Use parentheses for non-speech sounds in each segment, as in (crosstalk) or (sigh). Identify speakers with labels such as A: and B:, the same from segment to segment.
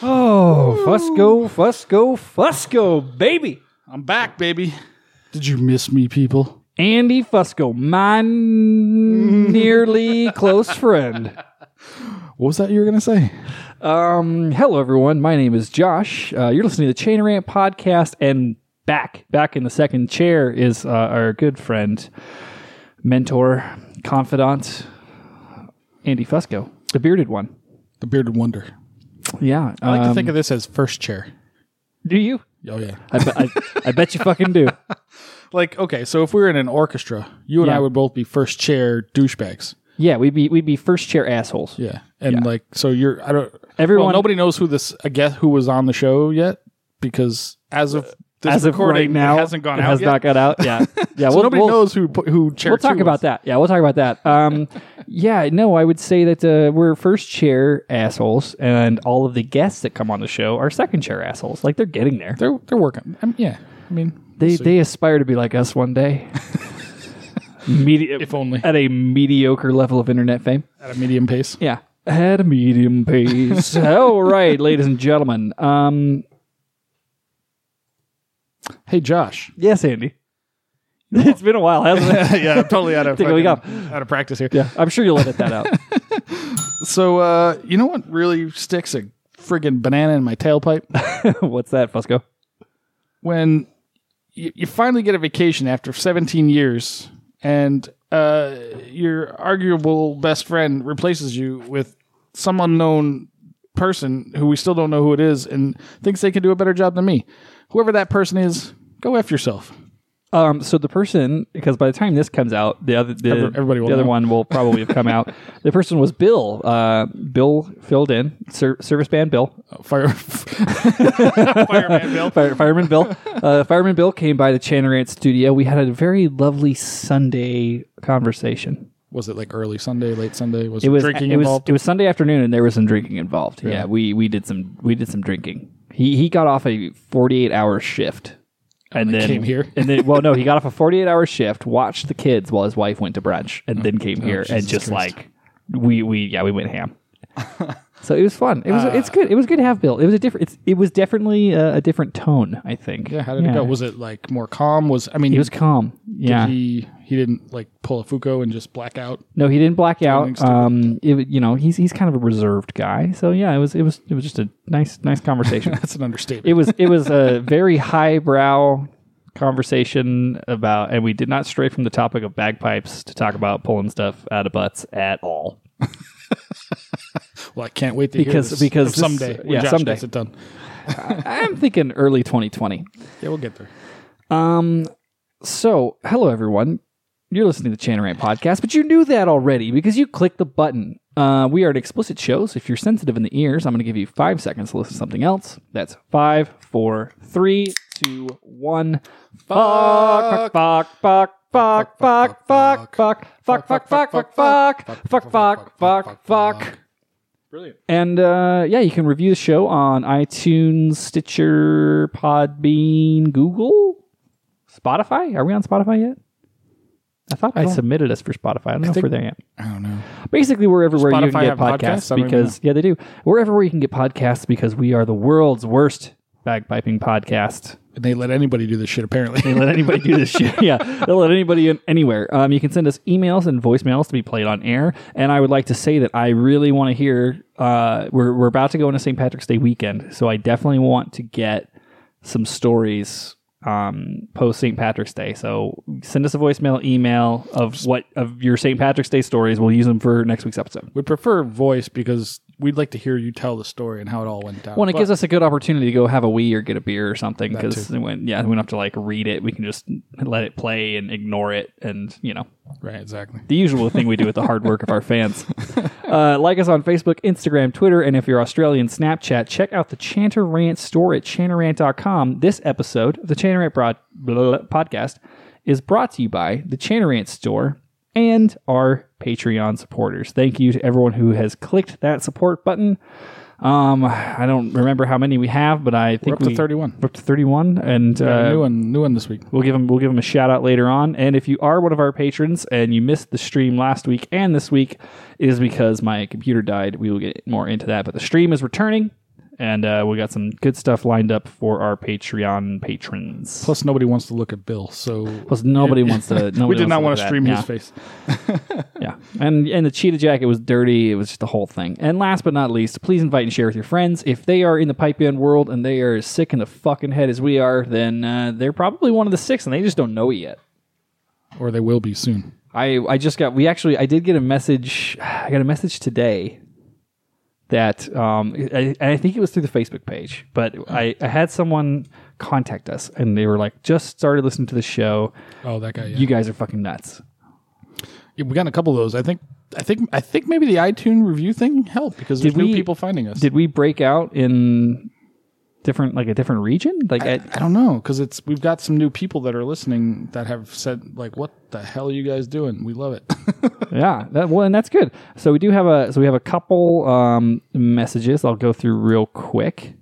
A: Oh, Fusco, Fusco, Fusco, baby.
B: I'm back, baby. Did you miss me, people?
A: Andy Fusco, my nearly close friend.
B: What was that you were gonna say?
A: Um, hello, everyone. My name is Josh. Uh, you're listening to the Chain Rant podcast, and back, back in the second chair is uh, our good friend, mentor, confidant, Andy Fusco, the bearded one.
B: The bearded wonder.
A: Yeah, uh,
B: I like to think of this as first chair.
A: do you?
B: Oh yeah.
A: I, bet I, I bet you fucking do.
B: Like okay, so if we were in an orchestra, you and
A: Yeah.
B: I would both be first chair douchebags.
A: (laughs) Yeah, we'd be we'd be first chair assholes.
B: Yeah, and like so you're I don't
A: Everyone-
B: well, nobody knows who this I guess who was on the show yet because as of this
A: As of
B: recording,
A: right now,
B: it hasn't gone
A: it
B: out
A: has
B: yet.
A: not got out.
B: (laughs)
A: Yeah, yeah.
B: so
A: we'll-
B: nobody
A: we'll-
B: knows who put- who chair.
A: We'll talk about that. Yeah, we'll talk about
B: (laughs)
A: that. Um, yeah, no, I would say that uh, we're first chair assholes, and all of the guests that come on the show are second chair assholes. Like they're getting there.
B: They're they're working. I mean, yeah, I mean
A: They they aspire to be like us one
B: (laughs)
A: day. Medi-
B: if only
A: at a mediocre level of internet fame.
B: at a medium pace.
A: Yeah. At a medium
B: (laughs)
A: pace. All right, ladies and gentlemen. Um,
B: Hey Josh.
A: yes, Andy. It's been a while, hasn't it?
B: (laughs) yeah, I'm totally (laughs) out of
A: Take a week
B: fucking- out of practice here. (laughs)
A: Yeah, I'm sure you'll edit that out.
B: So uh, you know what really sticks a friggin' banana in my tailpipe
A: (laughs) What's that, Fusco?
B: when you, you finally get a vacation after 17 years and uh, your arguable best friend replaces you with some unknown person who we still don't know who it is and thinks they can do a better job than me. Whoever that person is, go f yourself.
A: Um, so the person, because by the time this comes out, the other the,
B: Every- everybody will
A: the other
B: know. (laughs)
A: one will probably have come out. The person was Bill. Uh, Bill filled in ser- service band Bill,
B: Fire, fireman Bill.
A: Fire, Oh, (laughs) fireman Bill. Uh, fireman Bill came by the Chanarant studio. We had a very lovely Sunday conversation.
B: (laughs) Was it like early Sunday, late Sunday? Was
A: It was
B: drinking
A: it was
B: involved?
A: it was Sunday afternoon, and there was some drinking involved. Yeah, we we did some we did some drinking. He he got off a forty eight hour shift. And then
B: came here?
A: and then well, no, he got off a forty-eight hour shift, watched the kids while his wife went to brunch, and then came here and
B: Oh. Jesus
A: just
B: Christ.
A: like we we yeah we went
B: (laughs)
A: ham. so it was fun. It was
B: Ah.
A: it's good. It was good to have Bill. It was a different. It's, it was definitely a, a different tone. I think.
B: yeah, how did it go? Was it like more calm? Was I mean,
A: He was calm. Yeah.
B: he he didn't like pull a Foucault and just black out. (laughs)
A: No, he didn't black out.
B: stupid.
A: Um, it, you know, he's he's kind of a reserved guy. So yeah, it was it was it was just a nice nice
B: (laughs)
A: conversation.
B: That's an understatement.
A: it was it was a very highbrow conversation about, and we did not stray from the topic of bagpipes to talk about pulling stuff out of butts at all.
B: Well, I can't wait to
A: Because-
B: hear this
A: because
B: If
A: this-
B: someday, when
A: yeah,
B: Josh
A: someday.
B: gets it done.
A: I'm thinking early 2020.
B: Yeah, we'll get there.
A: Um, so hello everyone. You're listening to the Chanarant podcast, but you knew that already because you clicked the button. Uh, we are an explicit show, so if you're sensitive in the ears, I'm going to give you five seconds to listen to something else. That's five, four, three, two, one. Fuck, fuck, fuck, fuck, fuck, fuck, fuck, fuck, fuck, fuck, fuck, fuck, fuck, fuck, fuck, fuck.
B: Brilliant.
A: And uh, yeah, you can review the show on iTunes, Stitcher, Podbean, Google, Spotify. Are we on Spotify yet? I thought I, submitted us for Spotify. I don't know if we're there yet.
B: I don't know.
A: Basically, we're everywhere you
B: Spotify
A: can get
B: have podcasts? I
A: podcasts
B: don't even
A: because yeah, they do. We're everywhere you can get podcasts because we are the world's worst bagpiping podcast.
B: And they let anybody do this shit apparently.
A: They
B: (laughs)
A: let anybody do this shit. (laughs) Yeah, they'll let anybody in anywhere. Um, you can send us emails and voicemails to be played on air. And I would like to say that I really want to hear. Uh, we're we're about to go into St. Patrick's Day weekend, so I definitely want to get some stories um post St. Patrick's Day. So send us a voicemail, email of what of your St. Patrick's Day stories. We'll use them for next week's episode.
B: Would prefer voice because we'd like to hear you tell the story and how it all went down.
A: Well, and it
B: But
A: gives us a good opportunity to go have a wee or get a beer or something because when yeah, we don't have to like read it. We can just let it play and ignore it, and you know
B: right, exactly.
A: the usual thing we do with the hard work of our fans. (laughs) Uh, like us on Facebook, Instagram, Twitter, and if you're Australian, Snapchat. Check out the Chanter Rant store at chanterant.com. This episode of the Chanter Rant broad, blah, podcast is brought to you by the Chanter Rant store and our Patreon supporters. Thank you to everyone who has clicked that support button. Um, I don't remember how many we have, but I think
B: We're up to
A: we-
B: 31.
A: We're up to 31, and uh,
B: new one, new one this week.
A: We'll give them we'll give them a shout out later on. And if you are one of our patrons and you missed the stream last week and this week, it is because my computer died. We will get more into that, but the stream is returning And uh, we got some good stuff lined up for our Patreon patrons.
B: Plus, nobody wants to look at Bill, so
A: Plus, (laughs) nobody wants (laughs) to. Nobody
B: we did not want
A: wants
B: to
A: look at
B: stream
A: that.
B: his face.
A: Yeah, yeah. And and the cheetah jacket was dirty. It was just the whole thing. And last but not least, please invite and share with your friends. If they are in the pipe band world and they are as sick in the fucking head as we are, then uh, they're probably one of the six, and they just don't know it yet.
B: Or they will be soon.
A: I I just got we actually I did get a message I got a message today that um I, and I think it was through the Facebook page but I, I had someone contact us and they were like just started listening to the show
B: Oh, that guy. Yeah.
A: you guys are fucking nuts
B: Yeah, we got a couple of those. I think. I think. I think maybe the iTunes review thing helped because there's
A: Did
B: new
A: we-
B: people finding us.
A: did we break out in different like a different region like eh, I,
B: I don't know because it's we've got some new people that are listening that have said like, "What the hell are you guys doing? We love it." (laughs)
A: yeah that well and that's good so we do have a so we have a couple um messages i'll go through real quick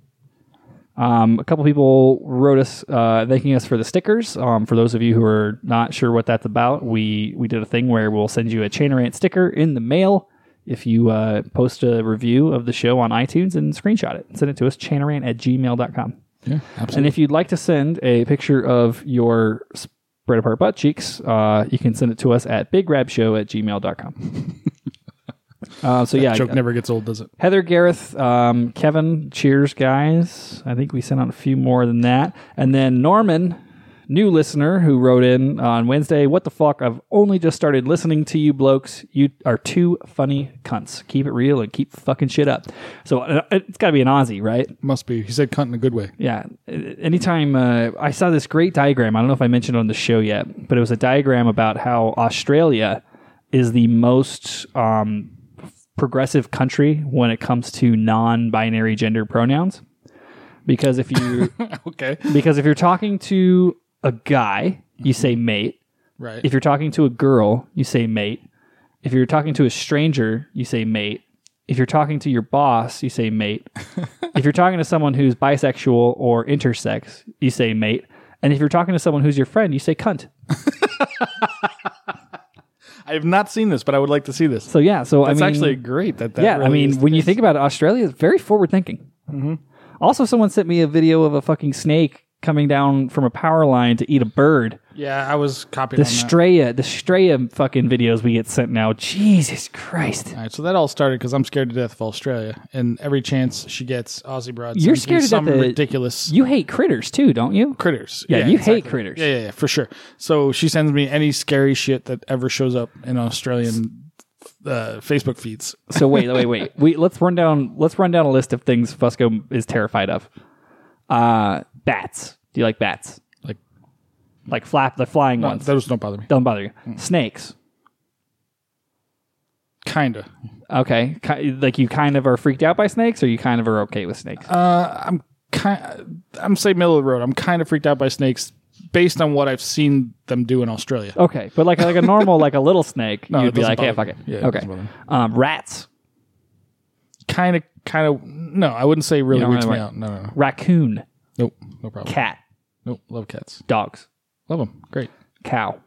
A: um a couple people wrote us uh thanking us for the stickers um for those of you who are not sure what that's about we we did a thing where we'll send you a chain rant sticker in the mail if you uh, post a review of the show on iTunes and screenshot it, send it to us, chainrant at gmail.com.
B: yeah, absolutely.
A: And if you'd like to send a picture of your spread apart butt cheeks, uh, you can send it to us at bigrabshow at gmail.com.
B: (laughs)
A: uh, so, yeah.
B: Joke never gets old, does it?
A: Heather Gareth, um, Kevin, cheers, guys. I think we sent out a few more than that. And then Norman, new listener who wrote in on Wednesday, what the fuck? I've only just started listening to you blokes. You are two funny cunts. Keep it real and keep fucking shit up. So uh, it's got to be an Aussie, right?
B: Must be. He said cunt in a
A: (laughs)
B: good way.
A: Yeah. Uh, Anytime uh, I saw this great diagram, I don't know if I mentioned it on the show yet, but it was a diagram about how Australia is the most um, progressive country when it comes to non-binary gender pronouns. Because if you (laughs)
B: okay.
A: because if you're talking to a guy, you say mate.
B: Right.
A: If you're talking to a girl, you say mate. If you're talking to a stranger, you say mate. If you're talking to your boss, you say
B: (laughs)
A: mate. if you're talking to someone who's bisexual or intersex, you say mate. And if you're talking to someone who's your friend, you say cunt.
B: I have not seen this, but I would like to see this.
A: So yeah, so
B: That's
A: I mean,
B: actually great. That, that
A: yeah, I
B: really Mm-hmm.
A: mean,
B: is-
A: when you think about it, Australia is very forward thinking. Also, someone sent me a video of a fucking snake coming down from a power line to eat a bird.
B: yeah, I was copied
A: The
B: on that.
A: Straya, the Straya fucking videos we get sent now. Jesus Christ.
B: All right, so that all started because I'm scared to death of Australia, and every chance she gets, Aussie broad.
A: You're
B: sends me
A: scared to
B: some
A: death of-
B: ridiculous
A: You hate critters too, don't you?
B: critters.
A: Yeah, you hate critters.
B: Yeah, yeah, yeah, for sure. So she sends me any scary shit that ever shows up in Australian uh, Facebook feeds.
A: So wait, wait, wait. We let's run down let's run down a list of things Fusco is terrified of. Uh bats. Do you like bats?
B: Like
A: Like flap the flying ones.
B: those don't bother me.
A: Don't bother you.
B: Hmm.
A: Snakes.
B: Kinda.
A: Okay. Ki- like you kind of are freaked out by snakes or you kind of are okay with snakes.
B: Uh, Kind. I'm say middle of the road. I'm kind of freaked out by snakes based on what I've seen them do in Australia.
A: okay. But like like a normal like a little snake,
B: (laughs) No, it
A: you'd be like,
B: doesn't
A: "Hey, fuck
B: bother
A: it."
B: me. Yeah, it
A: okay.
B: doesn't bother me.
A: um rats,
B: Kind of, kind of. No, I wouldn't say really
A: don't
B: weeks
A: really
B: me
A: like-
B: out. No, no, no.
A: raccoon,
B: Nope, no problem.
A: cat,
B: Nope, love cats.
A: dogs,
B: Love them. Great.
A: cow,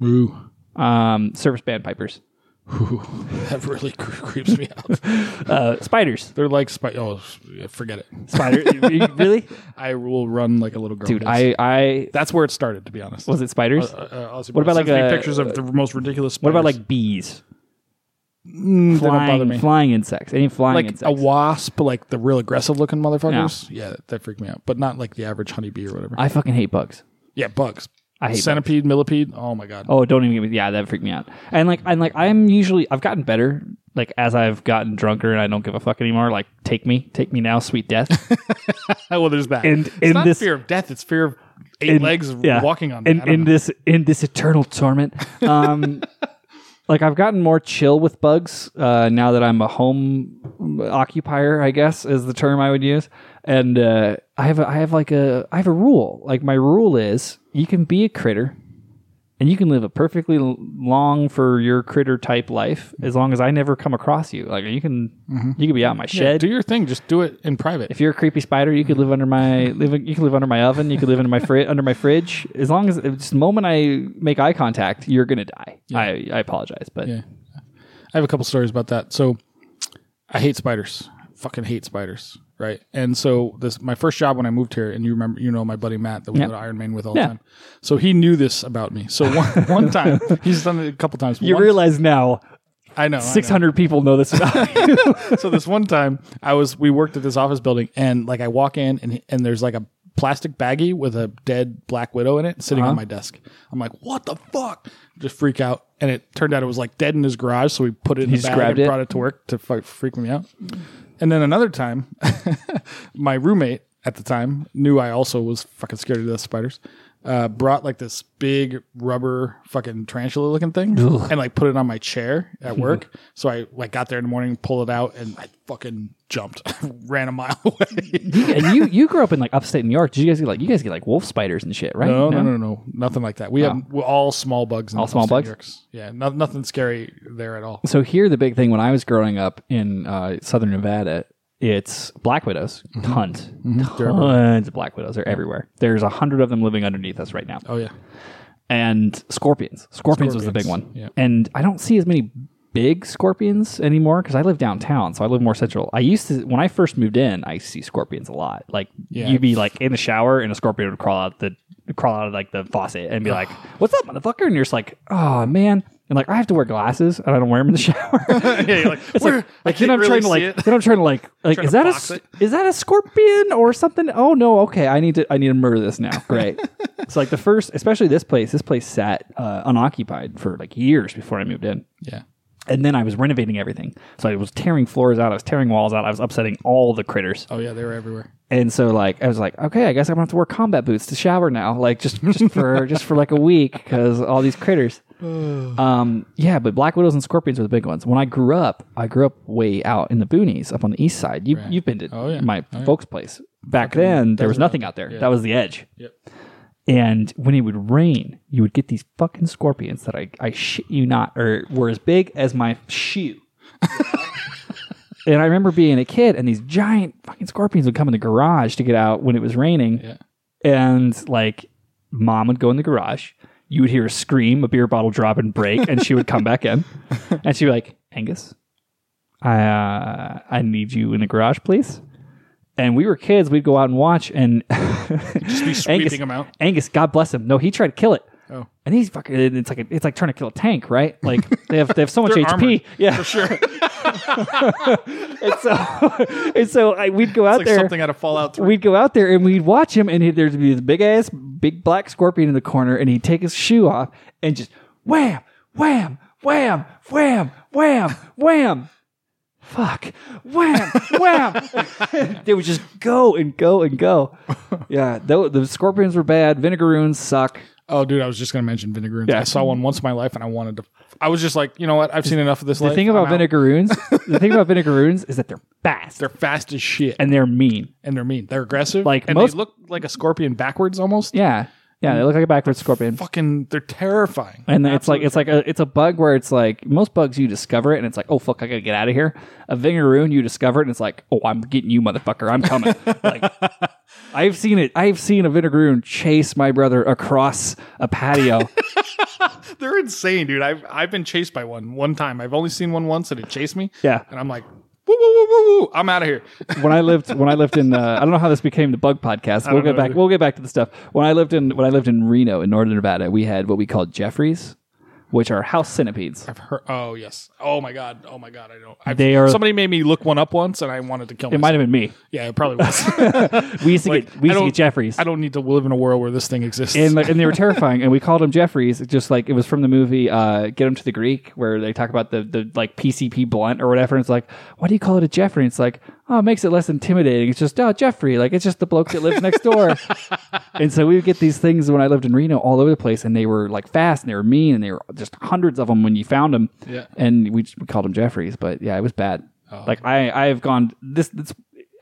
B: Moo.
A: um service bandpipers,
B: (laughs) That really cre- creeps me out. (laughs)
A: uh spiders.
B: They're like spi- oh, yeah, forget it.
A: Spider (laughs) really?
B: I will run like a little girl.
A: Dude,
B: It's-
A: I I
B: that's where it started, to be honest.
A: was it spiders?
B: Uh, uh,
A: What about, like,
B: me
A: uh,
B: pictures of the most ridiculous?
A: What about
B: spiders.
A: like bees?
B: Mm, they don't
A: Flying,
B: bother me?
A: flying insects. Any flying
B: Like
A: insects?
B: a wasp, like the real aggressive looking motherfuckers. Yeah, that, that freaked me out. But not like the average honeybee or whatever.
A: I fucking hate bugs.
B: yeah, bugs.
A: I hate
B: centipede, millipede. Oh my god.
A: Oh, don't even get me. Yeah, that freaked me out. And like, and like, I'm usually I've gotten better. Like as I've gotten drunker and I don't give a fuck anymore. Like, take me, take me now, sweet death.
B: well, there's that.
A: And-
B: it's
A: and
B: not
A: this-
B: fear of death. It's fear of eight legs walking on. me. I
A: And
B: don't
A: in
B: know.
A: this in this eternal torment,
B: (laughs)
A: um, like I've gotten more chill with bugs uh, now that I'm a home occupier. I guess is the term I would use. And uh, I have a, I have like a I have a rule. Like my rule is you can be a critter. and you can live a perfectly l- long for your critter type life as long as I never come across you. Like you can you can be out in my
B: Mm-hmm. Yeah,
A: shed.
B: do your thing. Just do it in private.
A: if you're a creepy spider, you could
B: Mm.
A: live under my live. You can live under my oven. You could live under my fri- under my fridge. As long as it's the moment I make eye contact, you're gonna die. I, I apologize, but
B: Yeah. I have a couple stories about that. So I hate spiders. Fucking hate spiders. right? And so this my first job when I moved here, and you remember, you know, my buddy Matt that we
A: Yeah.
B: go to Iron Man with all
A: Yeah.
B: the time. So he knew this about me. So one, (laughs) one time he's done it a couple times.
A: You
B: One-
A: realize now
B: I know I know.
A: 600 people know this about you.
B: so this one time I was we worked at this office building and like I walk in and and there's like a plastic baggie with a dead black widow in it
A: Uh-huh.
B: sitting on my desk. I'm like, what the fuck? Just freak out. And it turned out it was like dead in his garage, so we put it in the
A: just
B: bag
A: grabbed
B: and
A: it?
B: brought it to work to fu- freak me out. And then another time, (laughs) my roommate at the time knew I also was fucking scared of death spiders. Uh, brought like this big rubber fucking tarantula looking thing and like put it on my chair (laughs) at work. so I like got there in the morning, pulled it out, and I fucking jumped, (laughs) ran a mile away. (laughs)
A: and you you grew up in like upstate New York. Did you guys get like you guys get like wolf spiders and shit, right?
B: No, no, no, no, nothing like that. We have we're all small bugs. In all
A: small bugs?
B: Yeah, no, nothing scary there at all.
A: So here, the big thing when I was growing up in uh, southern Nevada, it's black widows.
B: Mm-hmm.
A: Tons, tons of black widows. They're everywhere. There's a hundred of them living underneath us right now.
B: Oh yeah,
A: And scorpions. Scorpions, was the big one.
B: Scorpions, yeah.
A: And I don't see as many big scorpions anymore because I live downtown, so I live more central. I used to when I first moved in, I see scorpions a lot. Like
B: Yeah.
A: you'd be like in the shower and a scorpion would crawl out the crawl out of like the faucet and be like, "What's up, motherfucker?" And you're just like, "Oh man." And like I have to wear glasses and I don't wear them in the (laughs) shower.
B: (laughs) yeah. You're like,
A: It's
B: "Where-
A: like,
B: I
A: (laughs) like then
B: can't
A: I'm
B: really
A: trying to like
B: see it."
A: then I'm trying to like like
B: (laughs) Trying
A: is
B: to
A: that a
B: box
A: s-
B: it.
A: is that a scorpion or something? Oh no, okay, I need to I need to murder this now.
B: (laughs)
A: Great. so like the first, especially this place, this place sat uh, unoccupied for like years before I moved in,
B: Yeah.
A: and then I was renovating everything. So I was tearing floors out, I was tearing walls out, I was upsetting all the critters,
B: Oh yeah, they were everywhere.
A: and so like I was like, okay, I guess I'm gonna have to wear combat boots to shower now, like just just
B: (laughs)
A: for just for like a week because all these
B: (sighs)
A: critters. Um, yeah, but black widows and scorpions were the big ones. When I grew up, I grew up way out in the boonies, up on the east side. You you've been to
B: Oh, yeah.
A: my folks' place back then. There was nothing out there. That was the edge. Yep. And when it would rain, you would get these fucking scorpions that I I shit you not, or were as big as my shoe. and I remember being a kid, and these giant fucking scorpions would come in the garage to get out when it was raining
B: Yeah.
A: and like mom would go in the garage you would hear a scream a beer bottle drop and break and she would come back
B: (laughs)
A: in and she'd be like angus i uh, i need you in the garage please and we were kids we'd go out and watch and (laughs)
B: Just be sweeping
A: angus,
B: them out.
A: angus god bless him no he tried to kill it
B: Oh.
A: and he's fucking and it's like a, it's like trying to kill a tank right like they have they have so
B: (laughs)
A: much hp
B: armored,
A: yeah (laughs)
B: For sure.
A: and so (laughs) and so I, we'd go out
B: like
A: there
B: something out of Fallout 3.
A: we'd go out there and we'd watch him, and he'd, there'd be this big ass, big black scorpion in the corner, and he'd take his shoe off and just wham, wham, wham, wham, wham, wham. Fuck. Wham, wham. they would just go and go and go. Yeah, tho- the scorpions were bad. Vinegaroons suck.
B: Oh, dude, I was just gonna mention vinegaroons.
A: Yeah.
B: I saw one once in my life, and I wanted to. I was just like, you know what? I've seen enough of this.
A: The thing about vinegaroons, the thing about vinegaroons is that they're fast
B: they're fast as shit, and,
A: and they're mean.
B: they're mean. They're aggressive.
A: Like
B: and
A: most-
B: they look like a scorpion backwards almost.
A: Yeah. Yeah, they look like a backwards scorpion.
B: Fucking, they're terrifying.
A: And it's like it's like a it's a bug where it's like most bugs you discover it and it's like oh fuck I gotta get out of here. A vingaroon you discover it and it's like oh I'm getting you motherfucker I'm
B: (laughs)
A: coming. like I've seen it. I've seen a vingaroon chase my brother across a
B: (laughs)
A: patio.
B: (laughs) They're insane, dude. I've I've been chased by one one time. I've only seen one once, and it chased me.
A: Yeah.
B: and I'm like, woo, woo, woo, woo, woo. I'm out of here. (laughs)
A: when I lived when I lived in uh, I don't know how this became the bug podcast. We'll get
B: know
A: back
B: either.
A: we'll get back to the stuff. When I lived in when I lived in Reno in northern Nevada we had what we called Jeffries, which are house centipedes.
B: I've heard. Oh yes. Oh my god. Oh my god. I don't. I've,
A: They are-
B: Somebody made me look one up once, and I wanted to kill.
A: It
B: myself.
A: might have been me.
B: Yeah, it probably was.
A: (laughs) We used to
B: Like,
A: get we
B: I
A: used to
B: don't-
A: get Jeffries.
B: I don't need to live in a world where this thing exists.
A: and like, and they were terrifying. And we called him Jeffries, just like it was from the movie uh, "Get Him to the Greek," where they talk about the the like PCP blunt or whatever. And it's like, why do you call it a Jeffrey? And it's like, oh, it makes it less intimidating. It's just oh, Jeffrey, like it's just the bloke that lives next
B: (laughs)
A: door. and so we would get these things when I lived in Reno all over the place, and they were like fast and they were mean and they were just hundreds of them when you found them.
B: Yeah. Oh.
A: And we, just, we called them Jeffries, but yeah, it was bad. like I I have gone this this.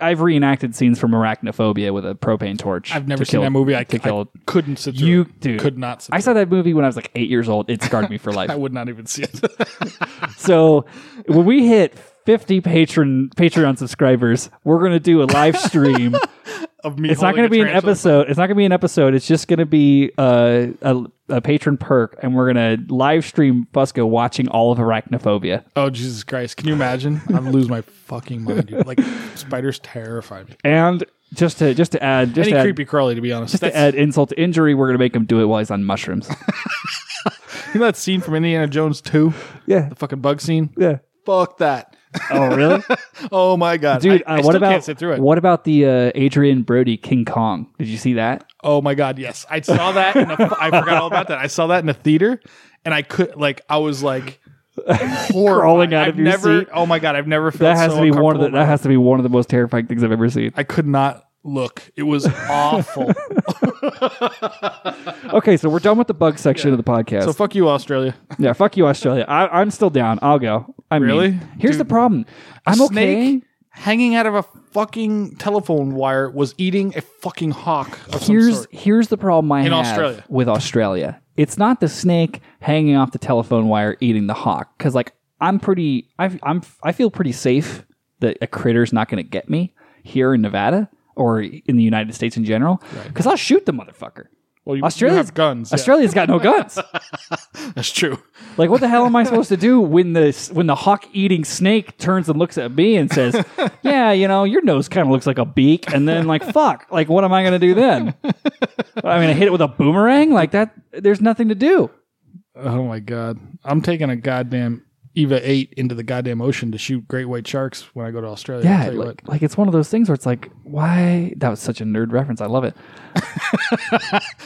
A: I've reenacted scenes from Arachnophobia with a propane torch.
B: I've never
A: to
B: seen
A: kill-
B: that movie. I,
A: to
B: I
A: kill
B: couldn't sit through
A: you
B: it.
A: dude
B: Could not sit
A: I saw that movie when I was like eight years old. It scarred me
B: (laughs)
A: for
B: I
A: life.
B: would not even
A: (laughs)
B: see it.
A: so when we
B: (laughs)
A: hit fifty patron Patreon subscribers, we're gonna do a live stream
B: of me.
A: It's not going
B: holding
A: to
B: a
A: be an
B: transom.
A: episode. It's not going to be an episode. It's just going to be uh, a, a patron perk, and we're going to live stream Busco watching all of Arachnophobia.
B: Oh Jesus Christ! Can you imagine? I'd lose my fucking mind. Dude. Like spiders terrify me.
A: And just to just to add, just
B: Any
A: to add,
B: creepy crawly, to be honest.
A: just to
B: That's,
A: add insult to injury, we're going to make him do it while he's on mushrooms.
B: you know (laughs) that scene from Indiana Jones Two,
A: (laughs) yeah,
B: the fucking bug scene.
A: yeah.
B: Fuck that.
A: Oh, (laughs) really,
B: Oh my god,
A: dude? uh,
B: I, I
A: what
B: still
A: about
B: can't sit through it.
A: what about the uh, Adrian Brody King Kong? Did you see that?
B: Oh my god, yes.
A: (laughs)
B: I saw that in a, I forgot all about that. I saw that in a theater and I could like I was like horrified.
A: (laughs) Crawling out of
B: I've
A: your
B: never,
A: seat.
B: Oh my god, I've never
A: That
B: felt
A: has
B: so
A: to be one of the
B: uncomfortable
A: that has to be one of the most terrifying things I've ever seen.
B: I could not look. It was awful.
A: Okay, so we're done with the bug section of the podcast.
B: (laughs) so fuck you Australia.
A: Yeah, fuck you, Australia. I, I'm still down. I'll go. I mean,
B: Really?
A: Here's
B: Dude.
A: the problem. I'm okay.
B: Snake hanging out of a fucking telephone wire was eating a fucking hawk of some
A: Here's
B: sort.
A: here's the problem I have
B: Australia.
A: with Australia. It's not the snake hanging off the telephone wire eating the hawk because like I'm pretty I I'm I feel pretty safe that a critter's not going to get me here in Nevada or in the United States in general because I'll shoot the motherfucker.
B: Well, you, you
A: Australia's
B: have guns. yeah.
A: Australia's got no guns.
B: that's true.
A: Like, what the hell am I supposed to do when the when the hawk eating snake turns and looks at me and
B: (laughs)
A: says, "Yeah, you know, your nose kind of looks like a beak," and then like, "Fuck!" Like, what am I going to do
B: (laughs)
A: then? I'm going to hit it with a boomerang like that. There's nothing to do.
B: Oh my god. I'm taking a goddamn Eva 8 into the goddamn ocean to shoot great white sharks when I go to Australia. I'll
A: Yeah,
B: tell you what.
A: like, like it's one of those things where it's like, why? That was such a nerd reference. I love it.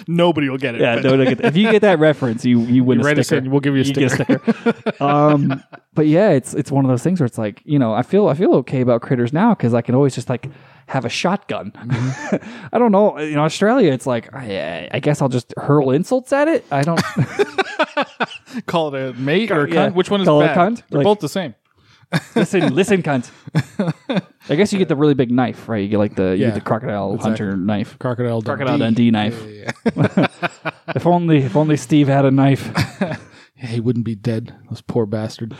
B: Nobody will get it.
A: Yeah,
B: but-
A: no, no, get that. if you get that reference, you you win a
B: write us
A: sticker.
B: in, we'll give you a
A: get sticker.
B: (laughs)
A: um, but yeah, it's it's one of those things where it's like you know I feel I feel okay about critters now because I can always just like have a shotgun. (laughs) I don't know in Australia it's like I, I guess I'll just hurl insults at it. I
B: (laughs)
A: don't.
B: Call it a mate or a cunt.
A: Yeah.
B: Which one is
A: Call it a
B: bad?
A: cunt?
B: They're
A: Like-
B: both the same.
A: listen, listen, cunt. I guess you get the really big knife, right? You get like the you
B: Yeah.
A: get the crocodile hunter knife,
B: Crocodile Dundee.
A: crocodile Dundee knife. (laughs) if only if only Steve had a knife.
B: Yeah, he wouldn't be dead. This poor bastard.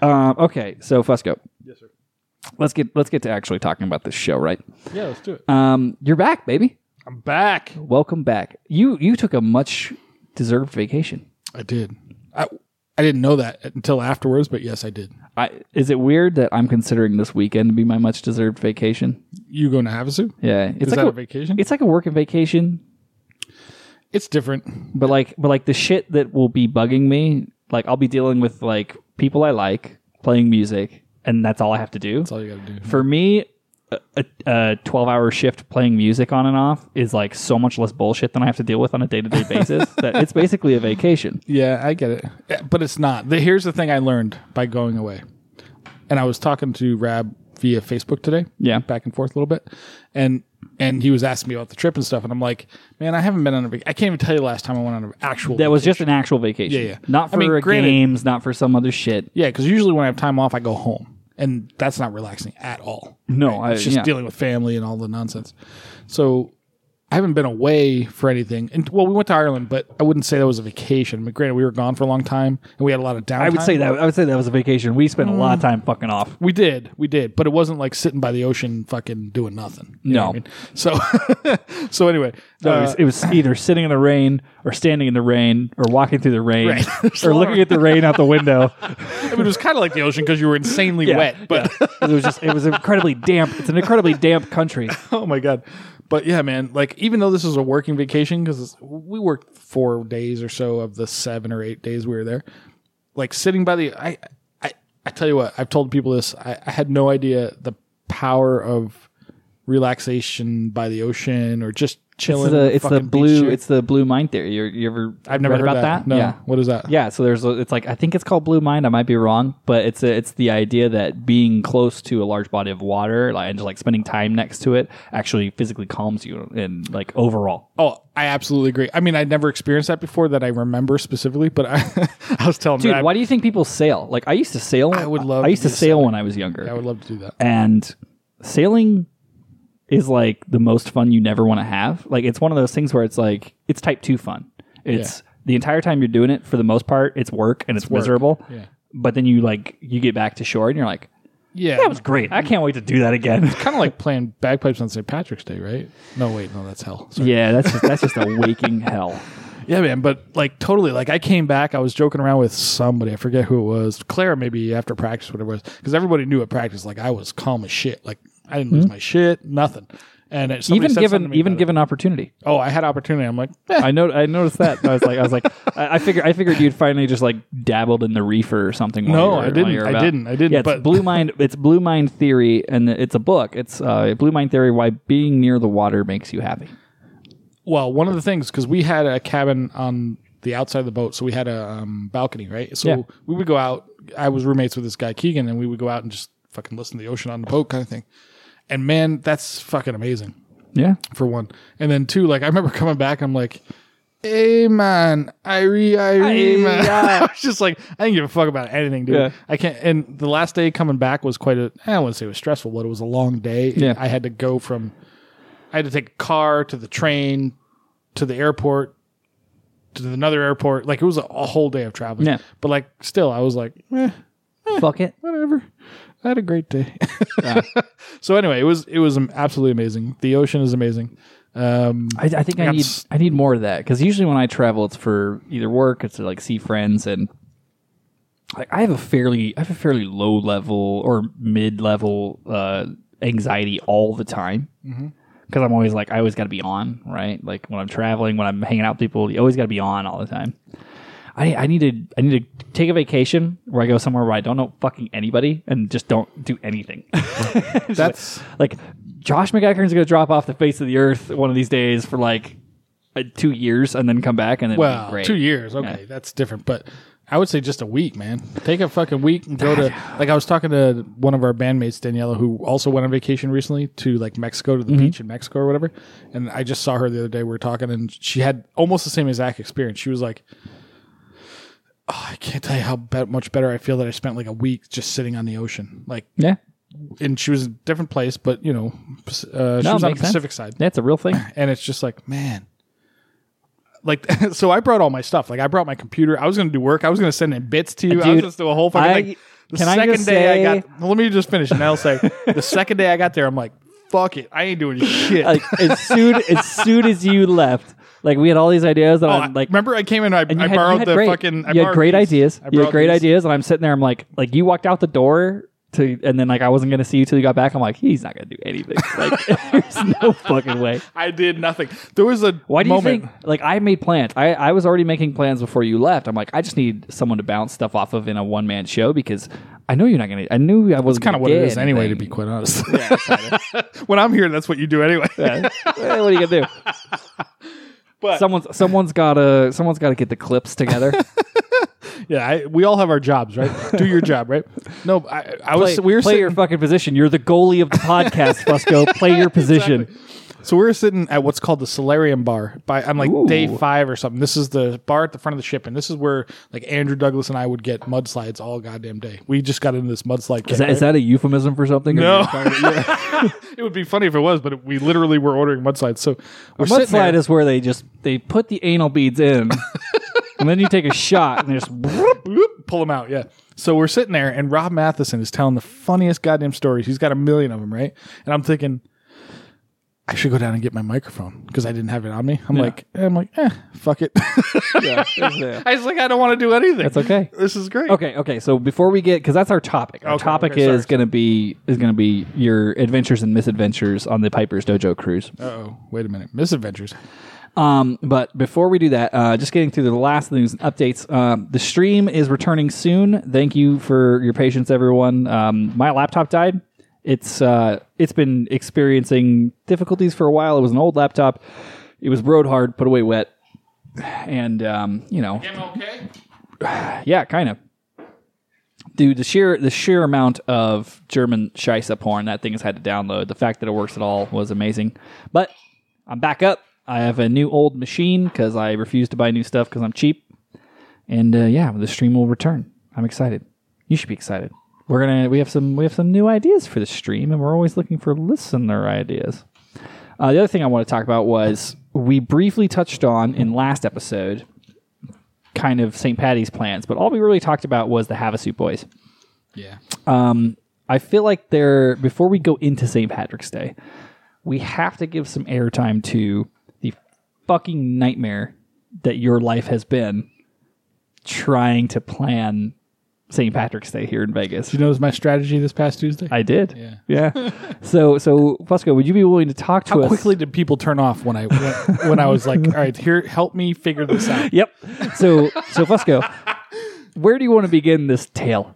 A: Um, okay, so Fusco. Yes, sir. Let's get let's get to actually talking about this show, right?
B: Yeah, let's do it.
A: Um, you're back, baby.
B: I'm back.
A: Welcome back. You you took a much deserved vacation.
B: I did. I I didn't know that until afterwards, but yes, I did.
A: I, is it weird that I'm considering this weekend to be my much deserved vacation?
B: You going to Havasu?
A: Yeah, it's
B: Is
A: like
B: that a,
A: a,
B: vacation?
A: it's like a working vacation,
B: It's different.
A: but like but like the shit that will be bugging me, like I'll be dealing with like people I like playing music, and that's all I have to do.
B: That's all you got to do.
A: For me, a- a, a 12 hour shift playing music on and off is like so much less bullshit than I have to deal with on a day to day (laughs) basis that it's basically a vacation.
B: Yeah, I get it. Yeah, But it's not. The, here's the thing I learned by going away. And I was talking to Rab via Facebook today.
A: Yeah.
B: Back and forth a little bit. And and he was asking me about the trip and stuff and I'm like, "Man, I haven't been on a vac- I can't even tell you last time I went on an actual
A: That was just an actual vacation.
B: Yeah, yeah.
A: Not
B: I
A: for
B: mean,
A: a
B: granted-
A: games, not for some other shit.
B: Yeah, cuz usually when I have time off, I go home. And that's not relaxing at all.
A: No, I,
B: It's just
A: yeah.
B: dealing with family and all the nonsense. So I haven't been away for anything. And well, we went to Ireland, but I wouldn't say that was a vacation. But granted, we were gone for a long time and we had a lot of downtime.
A: I would say that I would say that was a vacation. We spent a lot of time fucking off.
B: We did, we did, but it wasn't like sitting by the ocean, fucking doing nothing. You
A: No.
B: what I mean? so, (laughs) so anyway,
A: it,
B: uh,
A: was, it was either sitting in the rain or standing in the rain or walking through the rain (laughs)
B: Right.
A: or looking at the rain out the window.
B: I mean, it was kind of like the ocean because you were insanely
A: Yeah,
B: (laughs) wet. But
A: yeah. it was just it was incredibly damp. It's an incredibly damp country.
B: (laughs) oh my god, but yeah, man, like even though this was a working vacation because we worked four days or so of the seven or eight days we were there, like sitting by the I I, I tell you what, I've told people this. I, I had no idea the power of relaxation by the ocean or just
A: It's
B: chilling. in
A: the, it's the
B: fucking beach
A: blue
B: chair.
A: it's the blue mind theory. You're, you ever
B: I've never
A: read
B: heard
A: about that?
B: No,
A: Yeah.
B: what is that?
A: Yeah, so there's a- it's like I think it's called blue mind. I might be wrong, but it's a, it's the idea that being close to a large body of water like, and just like spending time next to it actually physically calms you and like overall.
B: Oh, I absolutely agree. I mean, I'd never experienced that before that I remember specifically, but I, (laughs) I was telling
A: Dude,
B: Rab,
A: why do you think people sail? Like I used to sail. I
B: would love
A: I used
B: to
A: to
B: do
A: sail when I was younger,
B: I would love to do that.
A: and sailing is like the most fun you never want to have. Like it's one of those things where it's like it's type two fun. It's the entire time you're doing it for the most part, it's work and it's, miserable.
B: Yeah.
A: But then you like you get back to shore and you're like,
B: Yeah.
A: That was great. I can't wait to do that
B: (laughs)
A: again.
B: kind of like playing bagpipes on St. Patrick's Day, right? No, wait, no, that's hell. Sorry.
A: yeah, that's just, that's just a waking hell.
B: Yeah, man, but like totally. Like I came back, I was joking around with somebody. I forget who it was. Claire, maybe after practice, whatever it was, because everybody knew at practice. Like I was calm as shit. Like I didn't lose my shit, nothing. And it, somebody
A: Even
B: said something
A: given
B: to me
A: even
B: about it.
A: given opportunity,
B: Oh, I had opportunity. I'm like, eh,
A: I know I noticed that. I was like, I was like, I, I figured I figured you'd finally just like dabbled in the reefer or something. while
B: No,
A: you were-
B: I
A: while
B: didn't.
A: you were
B: I
A: about-
B: didn't. I didn't,
A: Yeah, it's
B: but-
A: blue mind. It's blue mind theory, and it's a book. It's uh, blue mind theory. Why being near the water makes you happy.
B: well, one of the things because we had a cabin on the outside of the boat, so we had a um, balcony, right? So
A: Yeah.
B: we would go out. I was roommates with this guy Keegan, and we would go out and just fucking listen to the ocean on the boat, kind of thing. And man, that's fucking amazing.
A: Yeah,
B: for one. And then two, like I remember (laughs) coming back, I'm like, hey man, Irie, Irie,
A: Aye,
B: man. (laughs)
A: yeah.
B: I was just like, I didn't give a fuck about anything, dude.
A: Yeah.
B: I can't and the last day coming back was quite a I don't want to say it was stressful, but it was a long day.
A: Yeah.
B: I had to go from I had to take a car to the train to the airport to another airport. Like it was a, a whole day of traveling.
A: Yeah.
B: But like still I was like, eh,
A: fuck it.
B: whatever. I had a great day. (laughs) so anyway, it was it was um, absolutely amazing. The ocean is amazing. Um,
A: I, I think I
B: got
A: need
B: s-
A: I need more of that because usually when I travel, it's for either work, it's to like see friends, and like I have a fairly I have a fairly low level or mid level uh, anxiety all the time because
B: Mm-hmm.
A: I'm always like I always got to be on right like when I'm traveling when I'm hanging out with people you always got to be on all the time. I, I need to I need to take a vacation where I go somewhere where I don't know fucking anybody and just don't do anything. (laughs)
B: that's
A: like Josh McEachern's gonna drop off the face of the earth one of these days for like uh, two years and then come back and then be
B: well,
A: great.
B: two years. Okay, that's different. But I would say just a week, man. Take a fucking week and go to like I was talking to one of our bandmates Daniela, who also went on vacation recently to like Mexico to the
A: Mm-hmm.
B: beach in Mexico or whatever. And I just saw her the other day. We were talking, and she had almost the same exact experience. She was like. "Oh, I can't tell you how be- much better I feel that I spent like a week just sitting on the ocean. Like
A: Yeah,
B: and she was in a different place, but you know, uh, she
A: No,
B: was on the
A: makes sense.
B: Pacific side,
A: that's a real thing.
B: and it's just like, man, like (laughs) so. I brought all my stuff. Like I brought my computer. I was going to do work. I was going to send in bits to you. I was
A: Dude,
B: going to do a whole fucking
A: I-
B: thing. The
A: can I
B: second
A: just
B: day
A: say-
B: I got, well, let me just finish, and I'll
A: (laughs)
B: say the second day I got there, I'm like, fuck it, I ain't doing shit.
A: Like as soon as soon as you left, like we had all these ideas that
B: Oh, I-
A: I'm like.
B: remember I came in, I,
A: and you
B: I
A: had, you
B: borrowed
A: had
B: the
A: great,
B: fucking. I
A: you had
B: borrowed
A: great
B: these.
A: ideas.
B: I
A: You had
B: borrowed
A: great
B: these.
A: ideas, and I'm sitting there. I'm like, like you walked out the door to, and then like I wasn't gonna see you till you got back. I'm like, he's not gonna do anything. (laughs) Like, there's no fucking way.
B: I did nothing. There was a
A: Why do you
B: moment-
A: think? Like, I made plans. I, I was already making plans before you left. I'm like, I just need someone to bounce stuff off of in a one man show because I know you're not gonna. I knew I wasn't
B: kind of
A: gonna
B: what it
A: get
B: is anyway, to
A: anything.
B: be
A: (laughs)
B: quite honest. (laughs) when I'm here, that's what you do anyway.
A: Eh, what are you gonna do?
B: (laughs) But-
A: someone's someone's gotta someone's gotta get the clips together.
B: (laughs) Yeah, I, we all have our jobs, right? Do your job, right? No, I, I was
A: Play,
B: we were
A: play
B: sitting,
A: your fucking position. You're the goalie
B: (laughs)
A: of the podcast, Fusco. Play your position.
B: so we were sitting at what's called the Solarium Bar by on like day
A: Ooh.
B: five or something. This is the bar at the front of the ship, and this is where like Andrew Douglas and I would get mudslides all goddamn day. We just got into this mudslide.
A: Is that, is that a euphemism for something?
B: No.
A: A
B: (laughs) it would be funny if it was, but we literally were ordering mudslides. So we're sitting there-
A: mudslide is where they just they put the anal beads
B: (laughs)
A: in, and then you take a shot and there's
B: Whoop, pull them out. Yeah. So we're sitting there, and Rob Matheson is telling the funniest goddamn stories. He's got a million of them, right? And I'm thinking, I should go down and get my microphone because I didn't have it on me. I'm like, I'm like, eh, fuck it.
A: (laughs)
B: (laughs)
A: yeah.
B: I was like, I don't want to do anything. That's
A: okay.
B: This is great.
A: Okay, okay. So before we get, because that's our topic. Our
B: Okay,
A: topic
B: okay, sorry,
A: is going to be is going to be your adventures and misadventures on the Piper's Dojo cruise.
B: Oh, wait a minute. Misadventures.
A: Um, but before we do that, uh, just getting through the last news and updates. Um, the stream is returning soon. Thank you for your patience, everyone. Um, my laptop died. It's uh, it's been experiencing difficulties for a while. It was an old laptop. It was road hard, put away wet, and um, you know,
B: Okay.
A: yeah, kind of. Dude, the sheer the sheer amount of German Scheisse porn that thing has had to download, the fact that it works at all was amazing. But I'm back up. I have a new old machine because I refuse to buy new stuff because I'm cheap. And uh, yeah, the stream will return. I'm excited. You should be excited. We're gonna we have some we have some new ideas for the stream, and we're always looking for listener ideas. Uh, the other thing I want to talk about was we briefly touched on in last episode kind of St. Patty's plans, but all we really talked about was the Havasu boys.
B: Yeah.
A: I feel like there before we go into St. Patrick's Day, we have to give some airtime to the fucking nightmare that your life has been trying to plan St. Patrick's Day here in Vegas.
B: You know, it was my strategy this past Tuesday.
A: I did. Yeah.
B: (laughs)
A: so so Fusco, would you be willing to talk to
B: How
A: us
B: quickly did people turn off when I when, when I
A: (laughs)
B: was like, all right, here, help me figure this out.
A: Yep. So so Fusco, where do you want to begin this tale?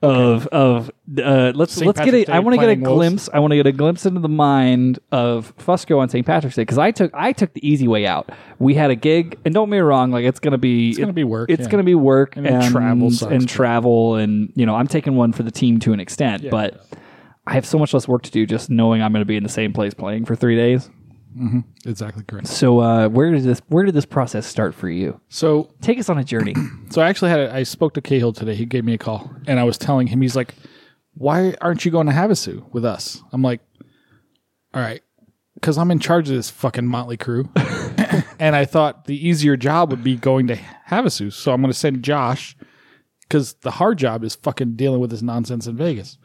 A: Of of uh, let's
B: St.
A: let's get
B: Patrick's
A: a
B: Day
A: I want to get a
B: planning woes.
A: glimpse I want to get a glimpse into the mind of Fusco on St. Patrick's Day because I took I took the easy way out. We had a gig and don't get me wrong like it's gonna be it's
B: gonna be work,
A: it's
B: yeah.
A: gonna be work and,
B: then travel sucks,
A: and
B: but-
A: travel and you know I'm taking one for the team to an extent but I have so much less work to do just knowing I'm gonna be in the same place playing for three days.
B: Exactly correct.
A: So uh, where did this where did this process start for you?
B: So
A: take us on a journey. (clears throat)
B: So I actually had a, I spoke to Cahill today. He gave me a call, and I was telling him he's like, "Why aren't you going to Havasu with us?" I'm like, "All right, because I'm in charge of this fucking
A: (laughs)
B: motley crew, and I thought the easier job would be going to Havasu. So I'm going to send Josh because the hard job is fucking dealing with this nonsense in Vegas."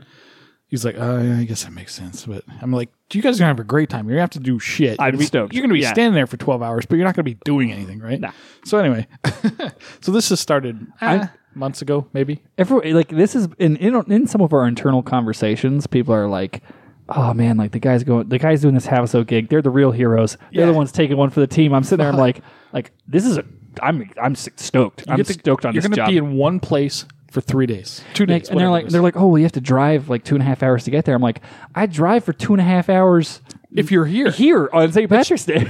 B: He's like, "Oh, yeah, I guess that makes sense." But I'm like, "You guys are gonna have a great time. You're gonna have to do shit.
A: I'm
B: You're gonna be-
A: stoked.
B: You're gonna be
A: Yeah.
B: standing there for 12 hours, but you're not gonna be doing anything, right?"
A: Nah.
B: So anyway, (laughs) so this has started
A: I-
B: ah, months ago, maybe.
A: Every like this is in, in in some of our internal conversations, people are like, "Oh man, like the guys going, the guys doing this Havaso gig, they're the real heroes. They're the
B: Yeah.
A: ones taking one for the team." I'm sitting there,
B: (laughs)
A: I'm like, "Like this is a, I'm I'm s- stoked. I'm
B: You get to-
A: stoked on
B: You're
A: this
B: gonna
A: job."
B: be in one place for three days, two
A: Like,
B: days,
A: and they're
B: whatever it
A: like,
B: is.
A: they're like, "Oh, well, you have to drive like two and a half hours to get there." I'm like, "I drive for two and a half hours
B: if you're here,
A: here on St. Patrick's Day. (laughs)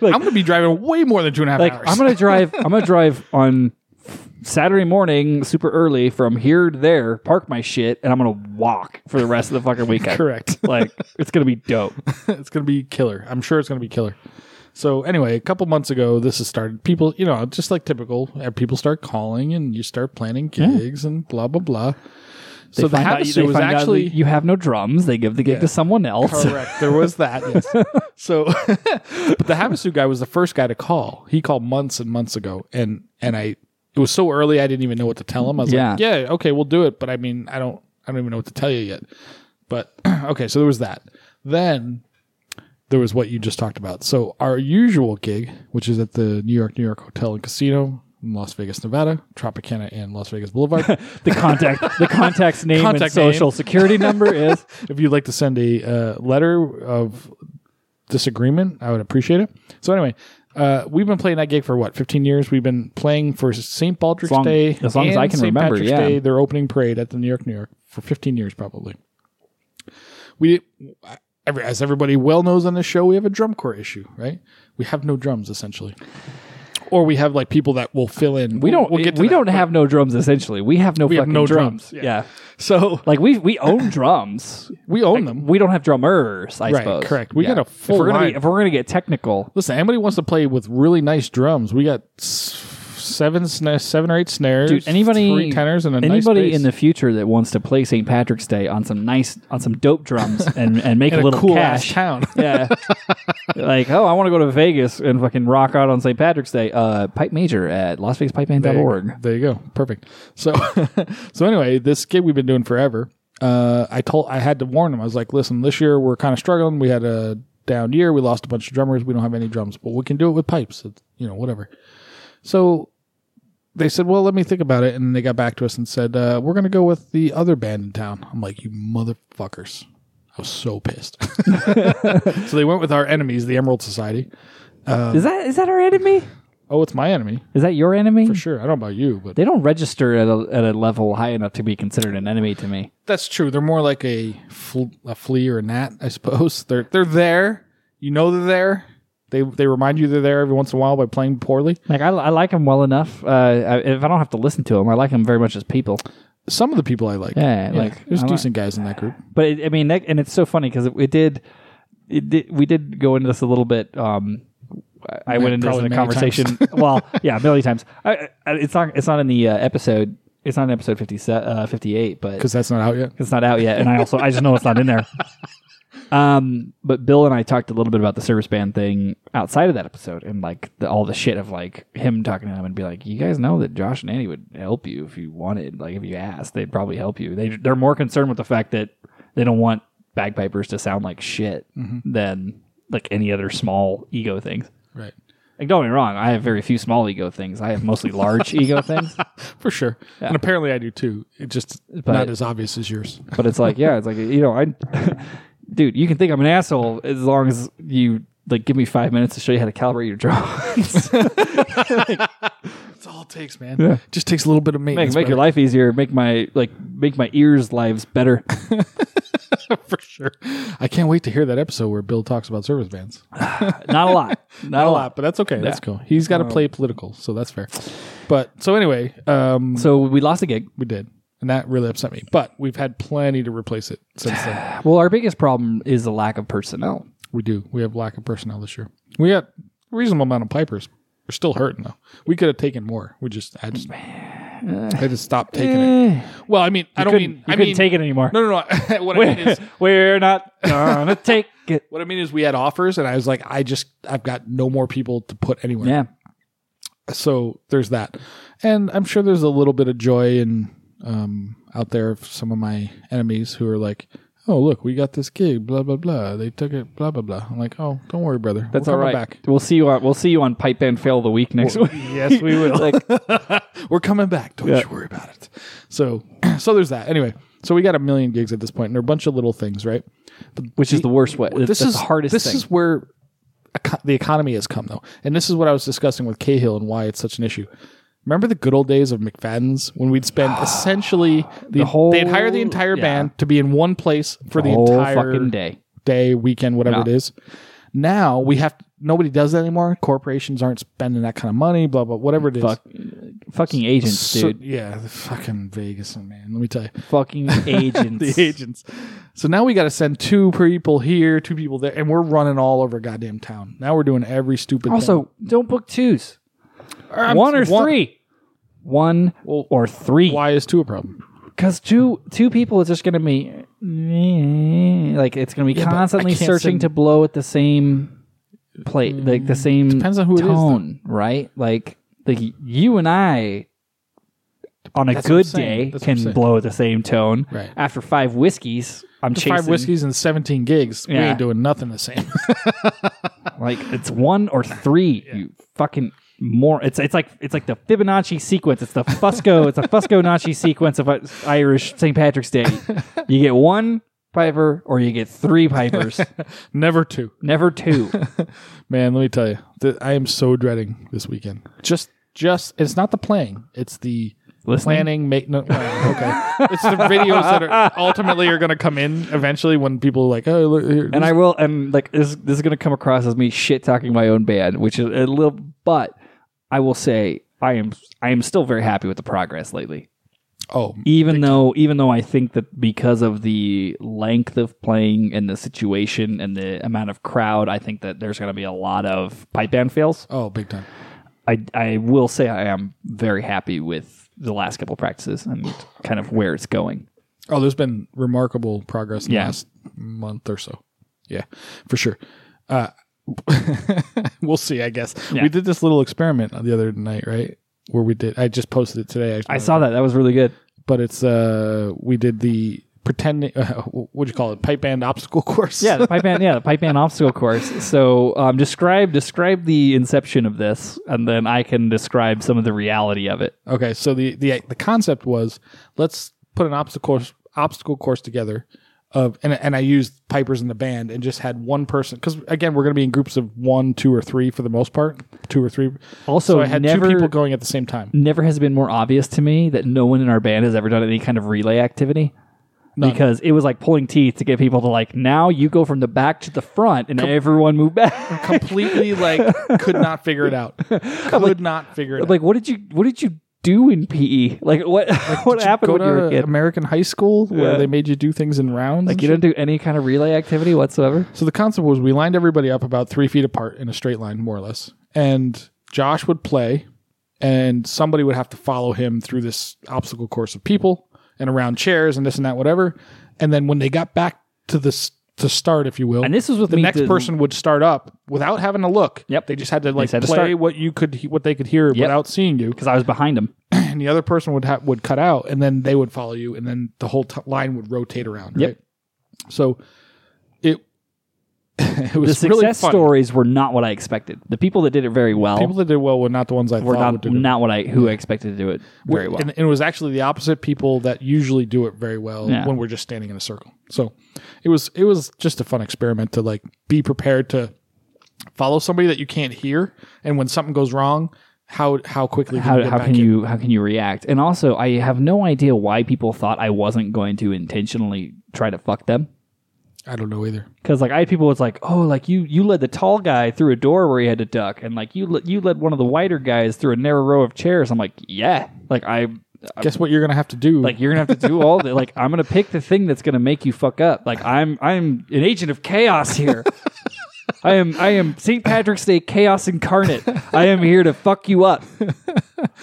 A: like,
B: I'm gonna be driving way more than two and a half
A: like
B: hours.
A: I'm gonna
B: (laughs)
A: drive. I'm gonna drive on." Saturday morning, super early from here to there, park my shit, and I'm gonna walk for the rest of the fucking weekend.
B: (laughs) correct.
A: like it's gonna be dope.
B: it's gonna be killer. I'm sure it's gonna be killer. So anyway, a couple months ago, this has started. People, you know, just like typical, uh, people start calling and you start planning gigs and blah blah blah. so the
A: Find out-
B: Havasu
A: they
B: was
A: find out that
B: actually
A: you have no drums. They give the gig to someone else.
B: Correct. There was that. (laughs) Yes. So, but the Havasu guy was the first guy to call. He called months and months ago, and and I it was so early I didn't even know what to tell him. I was like, yeah, okay, we'll do it. But I mean, I don't I don't even know what to tell you yet. But (clears throat) okay, so there was that. Then there was what you just talked about. So our usual gig, which is at the New York New York Hotel and Casino. in Las Vegas, Nevada, Tropicana, and Las Vegas (laughs) Boulevard.
A: (laughs) The contact, the contact's name and
B: Contact name.
A: social security number is.
B: (laughs) if you'd like to send a uh, letter of disagreement, I would appreciate it. So anyway, uh, we've been playing that gig for what, 15 years? We've been playing for St. Baldrick's
A: As long-
B: Day.
A: as long as
B: and
A: I can
B: St.
A: remember,
B: Patrick's
A: yeah.
B: Day, their opening parade at the New York, New York for 15 years probably. We, every- as everybody well knows on this show, we have a drum corps issue, right? We have no drums essentially. Or we have like people that will fill in.
A: We don't.
B: We'll get to
A: we
B: that.
A: don't have no drums. Essentially, we have no
B: have
A: fucking
B: no
A: drums.
B: drums,
A: Yeah.
B: yeah. So
A: like we we own drums.
B: we own them.
A: We don't have drummers. I
B: Right,
A: suppose.
B: correct. We got a full
A: if we're gonna be,
B: line.
A: if we're gonna get technical,
B: Listen, anybody wants to play with really nice drums? We got s- seven sna- seven or eight snares.
A: dude. Anybody
B: three tenors and a nice
A: anybody
B: bass.
A: in the future that wants to play St. Patrick's Day on some nice on some dope (laughs) drums and and make
B: In
A: a little
B: cool
A: cash.
B: ass town. (laughs)
A: Yeah. (laughs) like, oh, I want to go to Vegas and fucking rock out on St. Patrick's Day. Uh, Pipe Major at lasvegaspipeman.org.
B: There you go. Perfect. So (laughs) so anyway, this gig we've been doing forever. Uh, I told I had to warn them. I was like, listen, this year we're kind of struggling. We had a down year. We lost a bunch of drummers. We don't have any drums, but we can do it with pipes. It's, you know, whatever. So they said, well, let me think about it, and they got back to us and said, uh, we're gonna go with the other band in town. I'm like, you motherfuckers. I was so pissed. (laughs) so they went with our enemies, the Emerald Society.
A: is that is that our enemy?
B: Oh, it's my enemy.
A: Is that your enemy?
B: Sure, I don't know about you, but
A: They don't register at a, at a level high enough to be considered an enemy to me.
B: That's true. They're more like a fl- a flea or a gnat, I suppose. (laughs) They're they're there. You know they're there. They they remind you they're there every once in a while by playing poorly.
A: Like I, I like them well enough. Uh, I, if I don't have to listen to them, I like them very much as people.
B: Some of the people I like.
A: Yeah, like,
B: there's
A: I like-
B: decent guys in that group.
A: But it, I mean, that, and it's so funny because it, it did, it did, we did go into this a little bit. Um, I- I went into this in
B: probably
A: a
B: many
A: conversation.
B: (laughs)
A: well, yeah, a million times. I, I, it's not. It's not in the uh, episode. It's not in episode 50, uh, 58, but
B: Because that's not out yet.
A: it's not out yet. And I also, I just know it's not in there. Um, but Bill and I talked a little bit about the service band thing outside of that episode, and like the, all the shit of like him talking to them and be like, "You guys know that Josh and Andy would help you if you wanted. Like if you asked, they'd probably help you. They they're more concerned with the fact that they don't want bagpipers to sound like shit than like any other small ego things.
B: Right.
A: Like don't get me wrong, I have very few small ego things. I have mostly large ego things.
B: For sure. And apparently I do too. It's just
A: But-
B: not as obvious as yours. (laughs)
A: But it's like, yeah, it's like you know, I, (laughs) dude, you can think I'm an asshole as long as you like give me five minutes to show you how to calibrate your
B: (laughs)
A: drums.
B: That's all it takes, man. Just takes a little bit of
A: make
B: maintenance.
A: make your life easier. Make my like make my ears lives
B: (laughs)
A: better.
B: brother. (laughs) for sure. I can't wait to hear that episode where Bill talks about service bands.
A: Not a lot. (laughs) Not, a
B: a
A: lot.
B: lot, but that's okay. That's cool. He's got to
A: Um,
B: play political, so that's fair. But so anyway, um,
A: So we lost a gig.
B: we did, and that really upset me. But we've had plenty to replace it since then.
A: (sighs) Well, our biggest problem is the lack of personnel.
B: We do. We have lack of personnel this year. We got a reasonable amount of pipers. We're still hurting though. We could have taken more. We just, I just, I just stopped taking it.
A: Eh,
B: Well, I mean, I don't
A: couldn't-
B: mean,
A: you
B: I
A: couldn't
B: mean,
A: take it anymore.
B: No, no, no. (laughs) what I mean is,
A: (laughs) We're not
B: (laughs)
A: gonna take it.
B: what I mean is, we had offers, and I was like, I just, I've got no more people to put anywhere.
A: Yeah.
B: so there's that and i'm sure there's a little bit of joy in um, out there of some of my enemies who are like oh look we got this gig blah blah blah they took it blah blah blah i'm like oh don't worry brother
A: That's
B: We're
A: all
B: coming
A: right. We'll see you on we'll see you on Pipe Band Fail of the Week next week. Yes, we will. (laughs) like,
B: back we're coming back don't you worry about it so (clears throat) so there's that anyway so we got a million gigs at this point and they're a bunch of little things right
A: which is the worst way.
B: this
A: That's
B: is
A: the hardest
B: This
A: thing.
B: is where eco- the economy has come, though, and this is what I was discussing with Cahill and why it's such an issue. Remember the good old days of McFadden's when we'd
A: (sighs)
B: spend essentially the,
A: whole-
B: they'd hire the entire
A: yeah.
B: band to be in one place for the,
A: whole
B: entire
A: fucking day.
B: day, weekend, whatever
A: Yeah.
B: it is. Now we have nobody does that anymore. Corporations aren't spending that kind of money, blah blah, whatever it is.
A: Fuck, fucking agents,
B: So-
A: dude.
B: yeah, the fucking Vegas, man. Let me tell you.
A: Fucking agents.
B: (laughs) the agents. So now we got to send two people here, two people there, and we're running all over goddamn town. Now we're doing every stupid. thing.
A: Also, don't book twos.
B: Or I'm-
A: one or three. One or three.
B: Why is two a problem?
A: Because two two people is just gonna be like it's gonna be
B: but I
A: constantly
B: can't
A: searching
B: send-
A: to blow at the same plate, like the same
B: Mm, Depends on who it is,
A: tone, right? Like like you and I. On a
B: That's what I'm
A: good
B: saying.
A: day,
B: That's what I'm
A: can
B: saying.
A: blow at the same tone.
B: Right.
A: After five whiskeys, I'm chasing
B: Five whiskeys and seventeen gigs. We
A: Yeah.
B: ain't doing nothing the same. (laughs)
A: Like it's one or three. You fucking more. It's it's like it's like the Fibonacci sequence. It's the Fusco. it's a Fusco Nachi sequence of uh, Irish St. Patrick's Day. You get one piper or you get three pipers.
B: Never two.
A: Never two.
B: Man, let me tell you, th- I am so dreading this weekend. Just, just, it's not the playing; it's the
A: Listening.
B: planning, maintenance. well, okay, it's the videos
A: (laughs)
B: that are ultimately are going to come in eventually when people are like, oh, look, here,
A: And I will. And like this, this is gonna come across as me shit talking my own band, which is a little. But I will say I am I am still very happy with the progress lately.
B: oh,
A: even though even though I think that because of the length of playing and the situation and the amount of crowd, I think that there's going to be a lot of pipe band fails.
B: oh, big time.
A: I I will say I am very happy with the last couple practices and kind of where it's going.
B: Oh, there's been remarkable progress in
A: Yeah.
B: the last month or so. Yeah, for sure. Uh, (laughs) we'll see, I guess.
A: Yeah.
B: We did this little experiment the other night, right? Where we did, I just posted it today, actually,
A: I saw that that was really good.
B: but it's, uh, we did the pretending, (laughs) uh, what'd you call it? Pipe band obstacle course.
A: Yeah, the pipe band. Yeah, the pipe band obstacle course. So um, describe describe the inception of this, and then I can describe some of the reality of it.
B: Okay, so the the the concept was let's put an obstacle course, obstacle course together of and and I used pipers in the band and just had one person cuz again we're going to be in groups of 1, 2 or 3 for the most part, 2 or 3.
A: Also,
B: so I had
A: never-
B: two people going at the same time.
A: never has been more obvious to me that no one in our band has ever done any kind of relay activity. Because it was like pulling teeth to get people to like now you go from the back to the front and everyone move back.
B: (laughs) Completely like could not figure it out. Could not figure
A: (laughs)
B: it
A: like what did you what did you do in PE? Like what (laughs) what
B: out.
A: happened
B: Go
A: when you were a
B: to
A: kid?
B: American high school where
A: Yeah.
B: they made you do things in rounds.
A: Like
B: and
A: you
B: shit?
A: don't do any kind of relay activity whatsoever.
B: So the concept was we lined everybody up about three feet apart in a straight line, more or less. And Josh would play, and somebody would have to follow him through this obstacle course of people and around chairs and this and that, whatever. And then when they got back to this to start, if you will.
A: And this was with
B: the
A: me
B: next
A: to-
B: person would start up without having to look.
A: Yep.
B: They just had to like
A: just had to
B: play
A: start.
B: what you could he- what they could hear without seeing you,
A: because I was behind him.
B: and the other person would ha- would cut out, and then they would follow you, and then the whole t- line would rotate around. Right?
A: Yep.
B: So it (laughs) it
A: The
B: was really
A: success
B: funny.
A: stories were not what I expected. The people that did it very well
B: People that did well were not the ones I
A: were
B: thought
A: not
B: would do it.
A: not what I who I expected to do it very well.
B: And, and it was actually the opposite people that usually do it very well
A: Yeah.
B: when we're just standing in a circle. So it was it was just a fun experiment to like be prepared to follow somebody that you can't hear, and when something goes wrong, how how quickly can you
A: how,
B: get
A: how
B: back
A: can
B: in?
A: you how can you react? And also, I have no idea why people thought I wasn't going to intentionally try to fuck them.
B: I don't know either.
A: Because like I had people was like, oh, like you you led the tall guy through a door where he had to duck, and like you le- you led one of the wider guys through a narrow row of chairs. I'm like, yeah, like I
B: Guess what you're gonna have to do?
A: like you're gonna have to do all the like I'm gonna pick the thing that's gonna make you fuck up. Like I'm I'm an agent of chaos here. I am I am St. Patrick's Day chaos incarnate. I am here to fuck you up.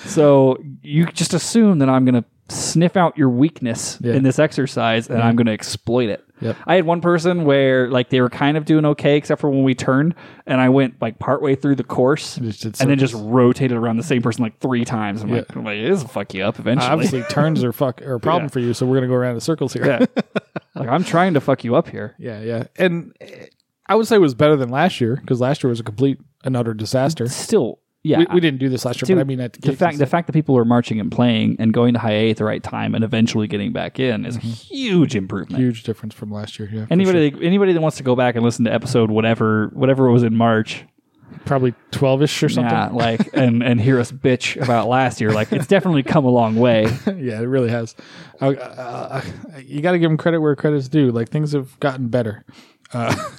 A: So you just assume that I'm gonna sniff out your weakness in this exercise and I'm gonna exploit it.
B: Yep.
A: I had one person where like they were kind of doing okay except for when we turned and I went like partway through the course
B: just did
A: and then just rotated around the same person like three times. I'm like, I'm like, this will fuck you up eventually.
B: obviously turns are
A: (laughs)
B: fuck are a problem for you, so we're gonna go around in circles here.
A: Yeah. (laughs) like I'm trying to fuck you up here.
B: (laughs) yeah, yeah. And eh, I would say it was better than last year because last year was a complete and utter disaster.
A: Still, yeah.
B: We, we didn't do this last year,
A: Dude,
B: but I mean, at
A: the fact the fact that people are marching and playing and going to hiatus at the right time and eventually getting back in is a huge improvement.
B: Mm-hmm. huge difference from last year. Yeah, for
A: anybody anybody that wants to go back and listen to episode whatever whatever was in March,
B: probably 12 ish or something. (laughs)
A: yeah,
B: Yeah.
A: like and and hear us bitch about last year, like it's definitely come a long
B: (laughs)
A: way.
B: it really has. Uh, uh, uh, you got to give them credit where credit's due. Like things have gotten better.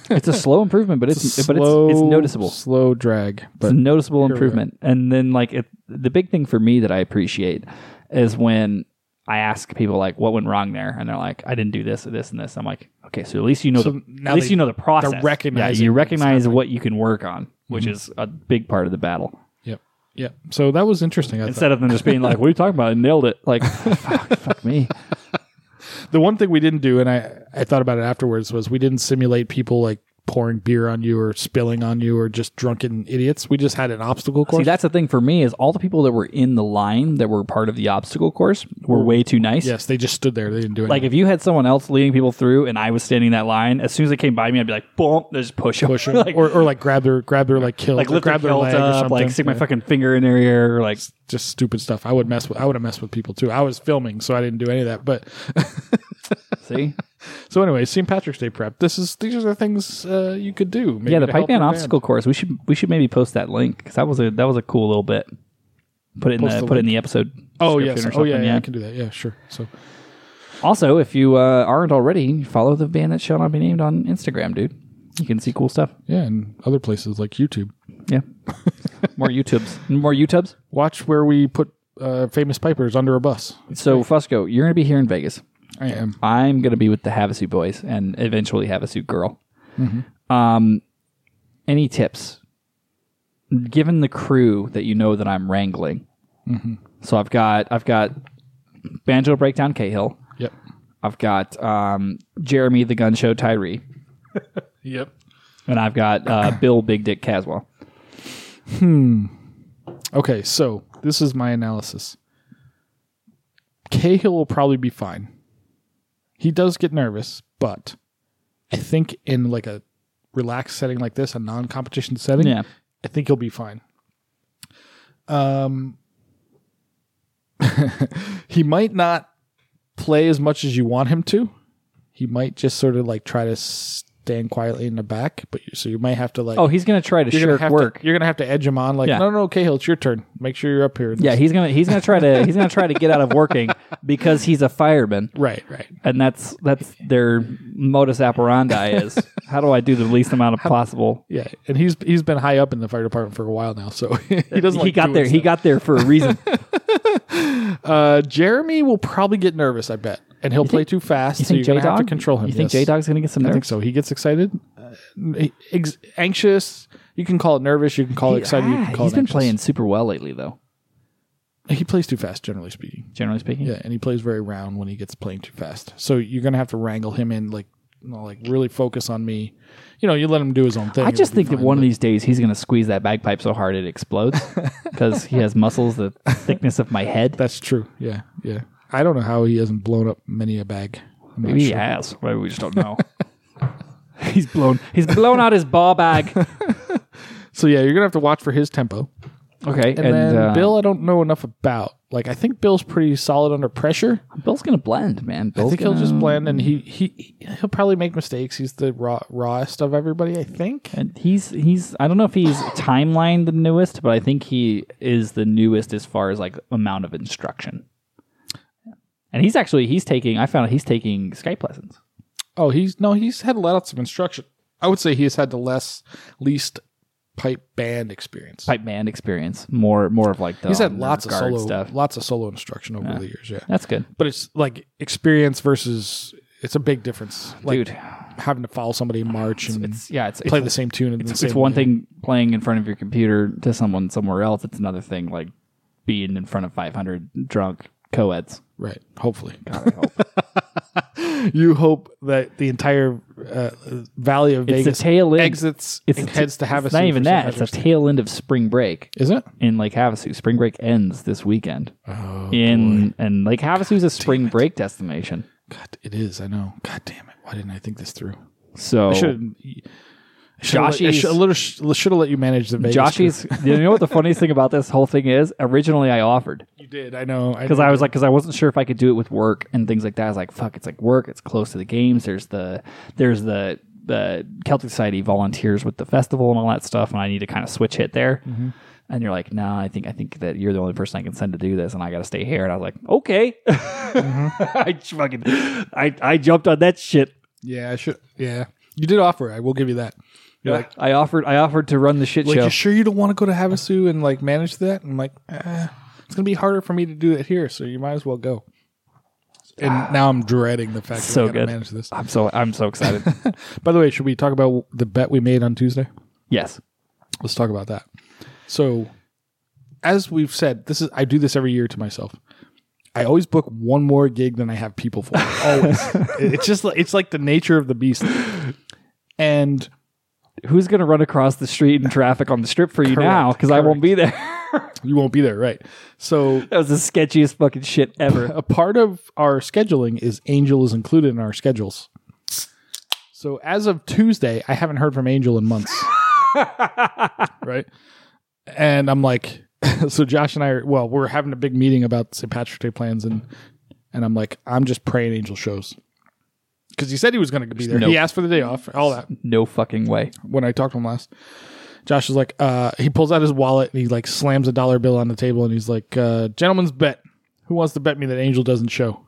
A: It's a slow improvement, but it's, but
B: Slow-
A: it's it's noticeable.
B: Slow drag,
A: it's
B: but
A: a noticeable
B: we are.
A: improvement. And then like it, the big thing for me that I appreciate is when I ask people like what went wrong there, and they're like, I didn't do this, or this, and this. I'm like, okay, so at least you know
B: So
A: the
B: now
A: at least
B: they-
A: you know the process.
B: recognizing
A: yeah, you
B: what's
A: recognize what you can work on, which is a big part of the battle.
B: yep, yep. So that was interesting. I
A: Instead of them just being like, "What are you talking about? I nailed it!" Like, (laughs) fuck, fuck me.
B: thought. The one thing we didn't do, and I, I thought about it afterwards, was we didn't simulate people like pouring beer on you or spilling on you or just drunken idiots. We just had an obstacle
A: See,
B: course.
A: that's the thing for me is all the people that were in the line that were part of the obstacle course were way too nice.
B: yes, they just stood there. They didn't do anything.
A: Like if you had someone else leading people through and I was standing in that line, as soon as they came by me, I'd be like, boom, they just push them. (laughs)
B: push them, or, or like grab their grab their like kill
A: like lift
B: grab
A: their belt
B: leg or
A: up,
B: something.
A: like stick my
B: Yeah.
A: fucking finger in their ear, or like
B: just stupid stuff. I would mess with I would have messed with people too. I was filming, so I didn't do any of that. But (laughs)
A: see.
B: so anyway, St. Patrick's Day prep. This is these are the things uh, you could do.
A: (laughs)
B: maybe
A: yeah, the
B: to help
A: Pikeman
B: your band.
A: obstacle course. We should we should maybe post that link because that was a that was a cool little bit. Put it in
B: Post
A: the,
B: the
A: put it in the episode.
B: Oh yes.
A: description or
B: Oh yeah,
A: something,
B: yeah, I can do that. Yeah, sure. So
A: Also, if you uh, aren't already, follow the band that shall not be named on Instagram, dude. You can see cool stuff.
B: yeah, and other places like YouTube. (laughs)
A: Yeah, more YouTubes, more YouTubes.
B: Watch where we put uh, famous pipers under a bus.
A: So Fusco, you're gonna be here in Vegas.
B: I am.
A: I'm going to be with the Havasu boys and eventually Havasu girl. Um, any tips? Given the crew that you know that I'm wrangling, Mm-hmm. so I've got I've got banjo breakdown Cahill.
B: Yep.
A: I've got um, Jeremy the Gun Show Tyree,
B: Yep.
A: and I've got (coughs) uh, Bill Big Dick Caswell.
B: Okay, so this is my analysis. Cahill will probably be fine. He does get nervous, but I think in like a relaxed setting like this, a non-competition setting,
A: Yeah.
B: I think he'll be fine. Um, (laughs) he might not play as much as you want him to. He might just sort of like try to stand quietly in the back, but you, so you might have to like
A: Oh, he's going to try to
B: you're gonna
A: shirk
B: have
A: work.
B: To, you're gonna have to edge him on. Like,
A: Yeah.
B: no, no, no, Cahill, it's your turn. Make sure you're up here.
A: yeah, he's gonna he's gonna try to he's gonna try to get out of working because he's a fireman.
B: Right. Right.
A: and that's that's their modus
B: (laughs)
A: operandi is how do I do the least amount of possible.
B: Yeah. And he's he's been high up in the fire department for a while now, so (laughs) he doesn't.
A: he
B: like
A: got
B: doing
A: there. He
B: stuff.
A: got there
B: (laughs)
A: for a reason. you
B: Uh, Jeremy will probably get nervous. I bet, and he'll play too fast. so you're gonna have to control him.
A: You think
B: yes.
A: J Dog's going to get some
B: I think
A: nerves?
B: so. He gets excited, uh, he- ex- anxious. You can call it nervous. You can call it excited. you
A: Ah,
B: can call
A: he's
B: it
A: been
B: anxious.
A: playing super well lately, though.
B: He plays too fast, generally speaking.
A: Generally speaking,
B: Yeah, and he plays very round when he gets playing too fast. So you're gonna have to wrangle him in, like you know, like really focus on me. You know, you let him do his own thing.
A: I just
B: it'll be
A: think that
B: fine,
A: one of
B: but-
A: these days he's going to squeeze that bagpipe so hard it
B: (laughs)
A: explodes because he has muscles the thickness of my head.
B: That's true. Yeah, yeah. I don't know how he hasn't blown up many a bag. I'm not
A: Maybe uh, he
B: sure.
A: has. Maybe we just don't
B: (laughs)
A: know. he's blown. He's blown out his ball
B: (laughs)
A: bag.
B: So yeah, you're gonna have to watch for his tempo.
A: Okay, and,
B: And, then
A: uh,
B: Bill, I don't know enough about. Like I think Bill's pretty solid under pressure.
A: Bill's going to blend, man. Bill's
B: I think
A: gonna,
B: he'll just blend, and he he he'll probably make mistakes. He's the raw rawest of everybody, I think.
A: And he's he's. I don't know if he's timeline the newest, but I think he is the newest as far as like amount of instruction. And he's actually he's taking. I found out he's taking Skype lessons.
B: Oh, he's no, he's had lots of instruction. I would say he's had the less least pipe band experience.
A: pipe band experience. More more of like the
B: He's had lots of
A: guard
B: solo
A: stuff.
B: lots of solo instruction over the years. Yeah,
A: That's good,
B: but it's like experience versus it's a big difference. Like
A: dude.
B: having to follow somebody in march and
A: It's yeah, it's
B: Mm. play
A: it's,
B: the same tune. And
A: it's
B: the same
A: one
B: way.
A: thing playing in front of your computer to someone somewhere else. It's another thing like being in front of 500 drunk co-eds.
B: right? Hopefully, (laughs) you hope that the entire uh, Valley of
A: It's the
B: Vegas
A: tail end.
B: exits
A: it's
B: and
A: the-
B: heads to
A: it's
B: Havasu.
A: Not even
B: for
A: that.
B: St.
A: It's a tail end of spring break
B: Patrick's Day. Is it?
A: in Lake Havasu. Spring break ends this weekend. in and Lake Havasu is a spring break destination.
B: God, it is. I know. God damn it! Why didn't I think this through?
A: So
B: I should. Josh, I
A: Joshy's-
B: should, have let you manage the Vegas.
A: Joshy's. you know what the funniest thing about this whole thing is? Originally, I offered.
B: trip. you did. I know.
A: because I was like, because I wasn't sure if I could do it with work and things like that. I was like, fuck, it's like work. It's close to the games. There's the there's the the Celtic Society volunteers with the festival and all that stuff, and I need to kind of switch it there.
B: Mm-hmm.
A: And you're like, nah, I think I think that you're the only person I can send to do this, and I got to stay here. And I was like, okay,
B: Mm-hmm.
A: (laughs) I fucking I I jumped on that shit.
B: Yeah, I should. Yeah, you did offer. I will give you that. You're like,
A: I offered I offered to run the shit
B: like
A: show.
B: you sure you don't want to go to Havasu and like manage that? And I'm like, eh, it's gonna be harder for me to do it here, so you might as well go. And now I'm dreading the fact
A: Ah. So
B: that I gotta
A: good.
B: manage this.
A: (laughs) I'm so I'm so excited. (laughs)
B: By the way, should we talk about the bet we made on Tuesday?
A: yes,
B: Let's talk about that. So, as we've said, this is I do this every year to myself. I always book one more gig than I have people for. (laughs) Always. it's just like- it's like the nature of the beast. And
A: who's gonna run across the street in traffic on the strip for you
B: Correct,
A: now? Because I won't be there.
B: you won't be there, right? So
A: That was the sketchiest fucking shit
B: (laughs)
A: ever.
B: a part of our scheduling is Angel is included in our schedules. So as of Tuesday, I haven't heard from Angel in months. right? And I'm like, (laughs) so Josh and I are, well, we're having a big meeting about St. Patrick's Day plans, and and I'm like, I'm just praying Angel shows. Because he said he was going to be there.
A: Nope.
B: He asked for the day off, all that
A: no fucking way.
B: when I talked to him last. Josh is like, uh, he pulls out his wallet and he like slams a dollar bill on the table and he's like, uh, gentleman's bet. Who wants to bet me that Angel doesn't show? (laughs)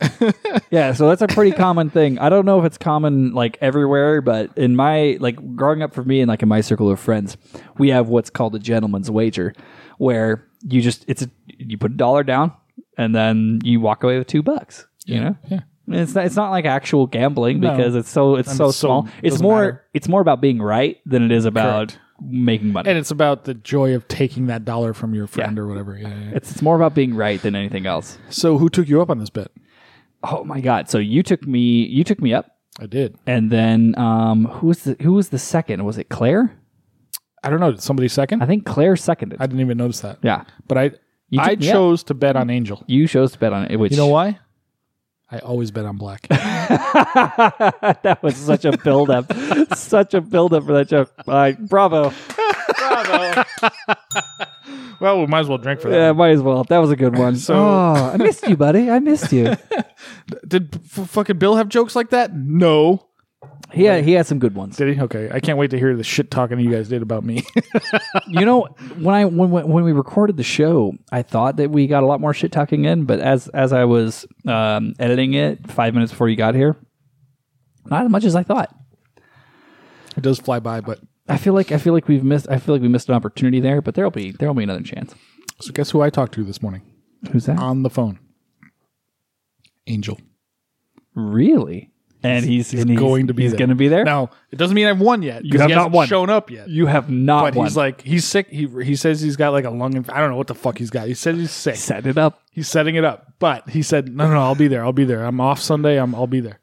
A: Yep. yeah, so that's a pretty common thing. I don't know if it's common like everywhere, but in my like growing up for me and like in my circle of friends, we have what's called a gentleman's wager, where you just it's a, you put a dollar down and then you walk away with two bucks. You know.
B: yeah.
A: And It's not, it's not like actual gambling because it's so it's so
B: it's so-
A: small. It's
B: doesn't
A: more
B: matter.
A: it's more about being right than it is about making money.
B: And it's about the joy of taking that dollar from your friend or whatever. Yeah, yeah, yeah.
A: it's, it's more about being right than anything else.
B: So who took you up on this bet?
A: Oh my god! So you took me, you took me up,
B: I did.
A: and then um, who was the who was the second? Was it Claire?
B: I don't know. Did somebody second?
A: I
B: I,
A: think Claire seconded.
B: didn't even notice that.
A: yeah,
B: But I
A: You
B: I
A: took me up.
B: chose to bet on Angel.
A: you chose to bet on it. Which
B: You know why? I always bet on black. I
A: that (laughs) was such a build up, such a build up for that joke. All right, bravo! bravo!
B: (laughs) well, we might as well drink for that.
A: Yeah, might as well. That was a good one.
B: So-
A: oh, I missed you, buddy. I missed you.
B: Did f- fucking Bill have jokes like that? No.
A: He had, he had some good ones.
B: Did he? Okay. I can't wait to hear the shit talking you guys did about me. (laughs)
A: You know, when I when when when we recorded the show, I thought that we got a lot more shit talking in, but as as I was um, editing it five minutes before you got here, not as much as I thought.
B: it does fly by, but
A: I feel like I feel like we've missed I feel like we missed an opportunity there, but there'll be there'll be another chance.
B: so guess who I talked to this morning
A: Who's that?
B: on the phone? Angel.
A: really? And he's, and he's
B: going to be
A: he's
B: there.
A: going to be there.
B: Now it doesn't mean I've won yet. 'cause
A: have
B: he
A: not
B: hasn't
A: won.
B: Shown up yet.
A: you have not
B: but
A: won.
B: he's like he's sick. He he says he's got like a lung. Inf- I don't know what the fuck he's got. He said he's sick.
A: set it up.
B: He's setting it up. But he said no, no, no. I'll be there. I'll be there. I'm off Sunday. I'm I'll be there.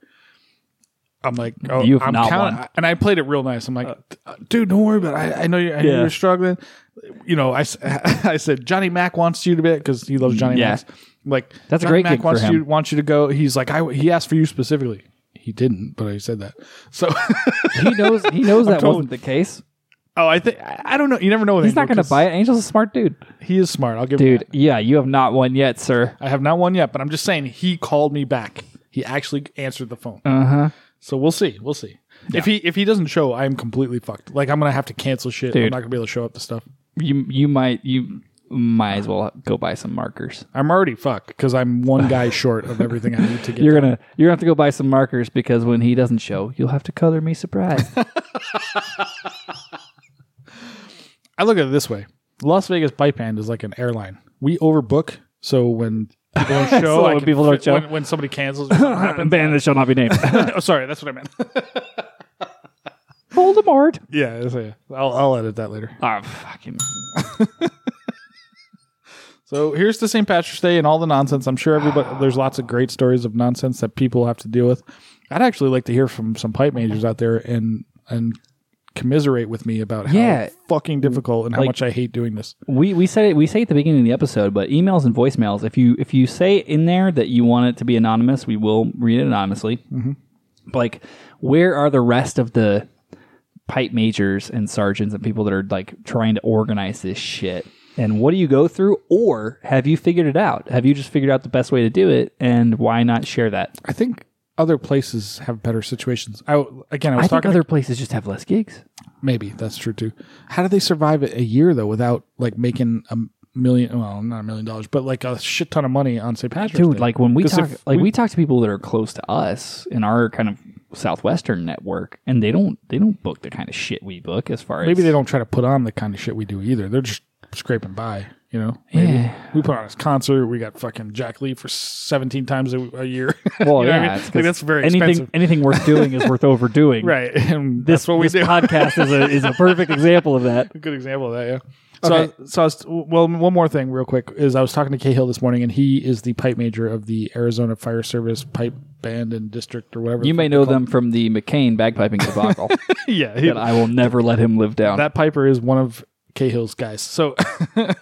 B: I'm like, oh,
A: You have
B: I'm
A: not
B: counting,
A: won.
B: and I played it real nice. I'm like, "Uh, dude, don't worry about it. I, I know you're, I know
A: Yeah.
B: you're struggling. You know, I, s- (laughs) I said Johnny Mac wants you to bet because he loves Johnny
A: Yeah.
B: Mac. Like
A: That's a
B: Johnny
A: great
B: Mac
A: gig for
B: wants
A: him.
B: you wants you to go. He's like, I he asked for you specifically. He didn't, but I said that. So, (laughs)
A: He knows. He (laughs) knows that
B: told-
A: wasn't the case.
B: oh, I think I I don't know. You never know. with
A: He's not
B: Angel
A: going to
B: 'cause
A: buy it. Angel's a smart dude,
B: He is smart. I'll give him
A: dude.
B: that.
A: Yeah, you have not won yet, sir.
B: I have not won yet, but I'm just saying he called me back. He actually answered the phone.
A: Uh huh.
B: So we'll see. We'll see. If he if he doesn't show, I'm completely fucked. Like I'm gonna have to cancel shit. I'm
A: Dude.
B: not gonna be able to show up to stuff.
A: You you might you might as well go buy some markers.
B: I'm already fucked because I'm
A: (laughs)
B: one guy short of everything I need to get.
A: You're gonna you're gonna have to go buy some markers because when he doesn't show, you'll have to color me (laughs) surprise.
B: I look at it this way: Las Vegas Bike Band is like an airline. We overbook, so when
A: (laughs)
B: people don't show,
A: So
B: I
A: when
B: can
A: people don't
B: fit-
A: show.
B: when, when somebody cancels. (laughs) oh,
A: Ban that shall not be named.
B: sorry, that's what I meant.
A: (laughs) Voldemort.
B: yeah, that's- yeah. I'll, I'll edit that later.
A: Ah, fucking.
B: So here's the St. Patrick's Day and all the nonsense. I'm sure everybody there's lots of great stories of nonsense that people have to deal with. I'd actually like to hear from some pipe majors out there and and commiserate with me about how
A: Yeah.
B: fucking difficult and how
A: Like-
B: much I hate doing this.
A: We we said it we say at the beginning of the episode, but emails and voicemails. If you if you say in there that you want it to be anonymous, we will read it anonymously. But, Like, where are the rest of the pipe majors and sergeants and people that are like trying to organize this shit? And what do you go through, or have you figured it out? Have you just figured out the best way to do it, and why not share that?
B: I think other places have better situations. I again, I was
A: I think
B: talking
A: other places just have less gigs.
B: maybe that's true too. How do they survive a year though without like making a million? Well, not a million dollars, but like a shit ton of money on St. Patrick's
A: dude
B: Day?
A: like when we
B: 'Cause
A: talk
B: if
A: like we, talk to people that are close to us in our kind of southwestern network and they don't they don't book the kind of shit we book as far
B: maybe
A: as (laughs)
B: they don't try to put on the kind of shit we do either. They're just scraping by, you know. Maybe.
A: Yeah.
B: We put on his concert. We got fucking Jack Lee for seventeen times a, a year.
A: well
B: (laughs) You know what I
A: yeah
B: mean?
A: it's
B: Like,
A: 'cause
B: that's very
A: anything
B: expensive,
A: anything worth doing is
B: (laughs)
A: worth overdoing
B: right? And
A: this
B: that's what we
A: this
B: do. (laughs)
A: podcast is a is a perfect example of that
B: A good example of that, yeah. So, I, so I was, well, one more thing, real quick, is I was talking to Cahill this morning, and he is the pipe major of the Arizona Fire Service Pipe Band and District or whatever.
A: you may know them from the McCain bagpiping (laughs) debacle
B: (laughs) yeah, he-
A: that I will never let him live down.
B: that Piper is one of Cahill's guys. So (laughs)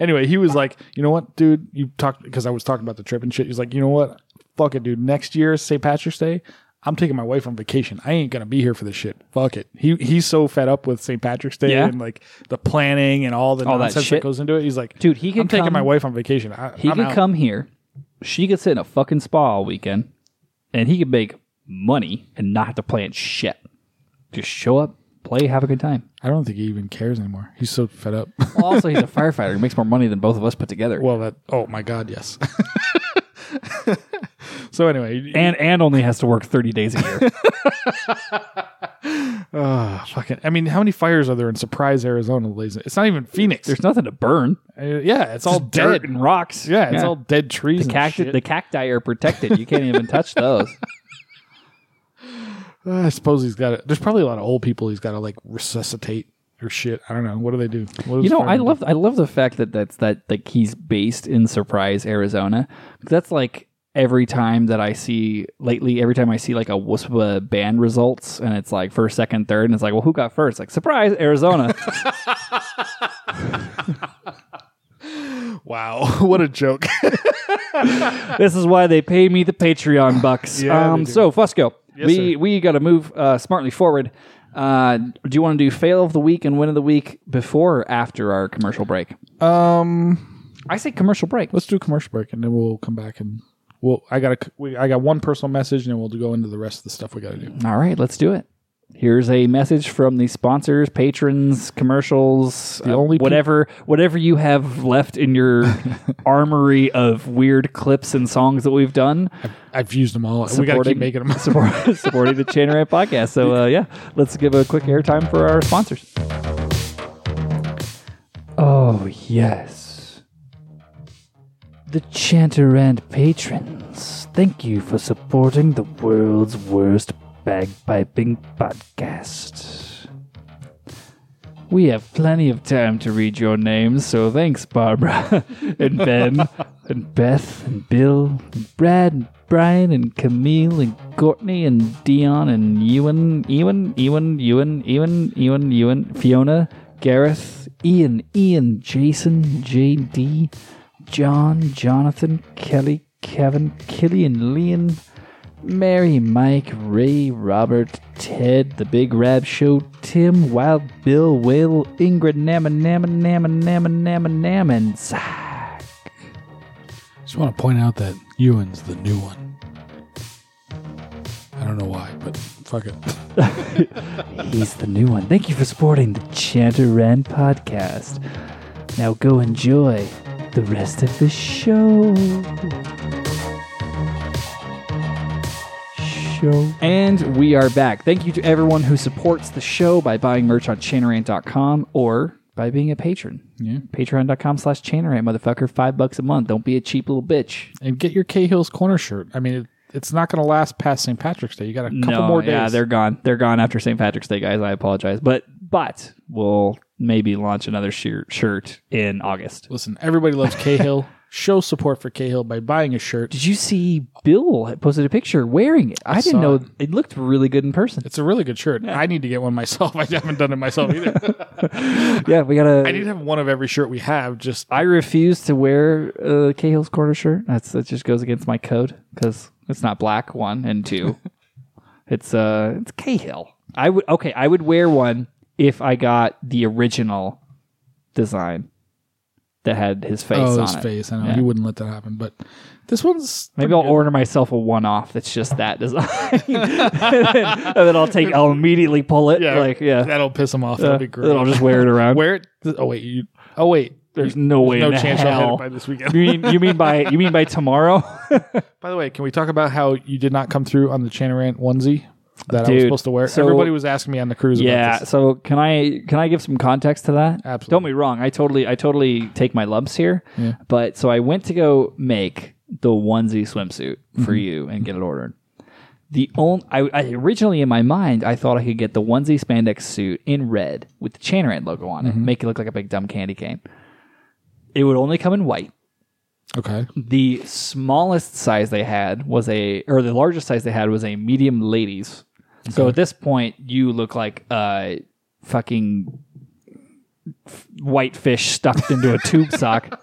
B: anyway, he was like, you know what, dude, you talked because I was talking about the trip and shit. He's like, you know what, fuck it, dude. Next year, St. Patrick's Day, I'm taking my wife on vacation. I ain't gonna be here for this shit. Fuck it. He he's so fed up with St. Patrick's Day
A: Yeah.
B: and like the planning and all the
A: All that
B: nonsense that,
A: shit.
B: goes into it. He's like,
A: Dude, he could
B: I'm taking
A: come-
B: my wife on vacation. I,
A: he
B: I'm
A: could
B: out.
A: come here, she could sit in a fucking spa all weekend, and he could make money and not have to plan shit. Just show up, play, have a good time.
B: I don't think he even cares anymore. He's so fed up. (laughs)
A: also, he's a firefighter. He makes more money than both of us put together.
B: well, that. Oh my god, yes. (laughs) so anyway,
A: and and only has to work 30 days a year.
B: Ah, fucking. I mean, how many fires are there in Surprise, Arizona? ladies and- It's not even
A: (laughs)
B: Phoenix.
A: There's nothing to burn.
B: Uh, yeah, it's all
A: Dirt
B: dead.
A: and rocks.
B: Yeah, it's all dead trees. and
A: cacti.
B: shit.
A: The cacti are protected. You can't even touch those.
B: Uh, I suppose he's got it. There's probably a lot of old people he's got to like resuscitate or shit. I don't know. What do they do? What
A: (laughs)
B: does
A: You know, I
B: firemen do?
A: love I love the fact that that's that like he's based in Surprise, Arizona. 'Cause That's like every time that I see lately, every time I see like a WSPA band results, and it's like first, second, third, and it's like, well, who got first? Like Surprise, Arizona.
B: Wow, (laughs) what a joke.
A: this is why they pay me the Patreon bucks.
B: Yeah,
A: um,
B: they do.
A: so Fusco, we
B: sir.
A: we got to move uh, smartly forward. Uh, do you want to do fail of the week and win of the week before or after our commercial break?
B: um,
A: I say commercial break.
B: let's do a commercial break and then we'll come back and we'll. I got a. We, I got one personal message and then we'll go into the rest of the stuff we got to do.
A: All right, let's do it. Here's a message from the sponsors, patrons, commercials, uh,
B: only peop-
A: whatever whatever you have left in
B: (laughs)
A: your armory of weird clips and songs that we've done.
B: I've used them all. We got to keep
A: supporting-
B: making them.
A: support, (laughs) supporting the Chain Rant podcast. So uh, yeah, let's give a quick airtime for our sponsors. Oh yes, the Chanterant patrons. Thank you for supporting the world's worst bagpiping podcast. We have plenty of time to read your names, so thanks, Barbara (laughs) and Ben and Beth and Bill and Brad and Brian and Camille and Courtney and Dion and Ewan, Ewan, Ewan, Ewan, Ewan, Ewan, Ewan, Fiona, Gareth, Ian, Ian, Jason, JD, John, Jonathan, Kelly, Kevin, Killian, Leon, Mary, Mike, Ray, Robert, Ted, The Big Rab Show, Tim, Wild Bill, Will, Ingrid, Nama, Nama, Nama, Nama, Nama, Nama, (laughs) and Zach.
C: Just want to point out that Ewan's the new one. I don't know why, but fuck it.
A: He's the new one. Thank you for supporting the Chanterand podcast. Now go enjoy the rest of the show. Show. And we are back. Thank you to everyone who supports the show by buying merch on chanterant.com or by being a patron. Yeah. Patreon.com slash chanterant, motherfucker. Five bucks a month. Don't be a cheap little bitch.
B: And get your Cahill's Corner shirt. I mean, it, it's not going to last past St. Patrick's Day. You got a couple more days.
A: Yeah, they're gone. They're gone after St. Patrick's Day, guys. I apologize, but but we'll maybe launch another shirt shirt in August.
B: Listen, everybody loves Cahill. (laughs) Show support for Cahill by buying a shirt.
A: Did you see Bill had posted a picture wearing it? I, didn't
B: saw
A: know
B: it.
A: it. looked really good in person.
B: It's a really good shirt. I need to get one myself. (laughs) I haven't done it myself either.
A: (laughs) yeah, we gotta.
B: I
A: I,
B: need to have one of every shirt we have. Just
A: refuse to wear uh, Cahill's quarter shirt. That's that just goes against my code because it's not black. One and two.
B: (laughs)
A: it's uh, it's Cahill. I would okay. I would wear one if I got the original design that had his face
B: oh,
A: on
B: his
A: it.
B: face. I know
A: Yeah.
B: you wouldn't let that happen, but this one's
A: Maybe I'll order myself a one off that's just that design. (laughs) and, then, and then I'll take I'll immediately pull it.
B: Yeah.
A: Like yeah.
B: that'll piss him off.
A: Uh,
B: That'll be
A: then
B: great.
A: I'll just wear it around.
B: Wear it. Oh wait, you. Oh wait,
A: There's no way.
B: no
A: in
B: chance I'll hit
A: hell.
B: it by this weekend.
A: you mean you mean by you mean by
B: (laughs)
A: tomorrow?
B: By the way, can we talk about how you did not come through on the Chanarant onesie that I
A: Dude,
B: was supposed to wear?
A: so-
B: Everybody was asking me on the cruise.
A: yeah.
B: about this.
A: So can I can I give some context to that?
B: Absolutely.
A: Don't be wrong. I totally I totally take my lumps here.
B: Yeah.
A: But so I went to go make the onesie swimsuit
B: Mm-hmm.
A: for you and get it ordered. The only I, I originally in my mind I thought I could get the onesie spandex suit in red with the Chanarant logo on it,
B: Mm-hmm.
A: make it look like a big dumb candy cane. It would only come in white.
B: okay.
A: The smallest size they had was a, or the largest size they had was a medium ladies. So at this point, you look like a fucking f- white fish stuffed into a tube sock.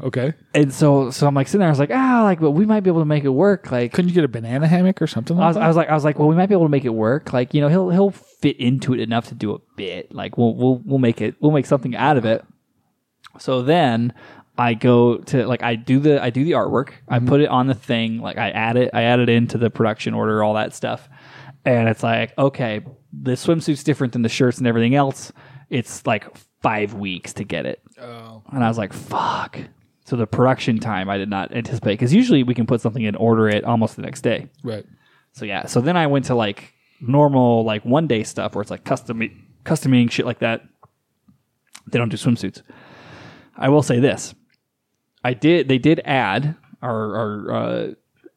B: Okay.
A: And so, so I'm like sitting there. I was like, ah, like, but we might be able to make it work. Like,
B: Couldn't you get a banana hammock or something? Like
A: I was,
B: that?
A: I was like, I was like, well, we might be able to make it work. Like, you know, he'll he'll fit into it enough to do a bit. Like, we'll we'll we'll make it. We'll make something out of it. So then I go to like I do the I do the artwork. I put it on the thing. Like I add it. I add it into the production order, all that stuff. And it's like, okay, the swimsuit's different than the shirts and everything else. It's like five weeks to get it. And I was like, fuck. So the production time I did not anticipate because usually we can put something in, order it almost the next day.
B: right.
A: So yeah, so then I went to like normal like one day stuff where it's like custom customing shit like that. They don't do swimsuits. I will say this: I did. They did add our, our uh,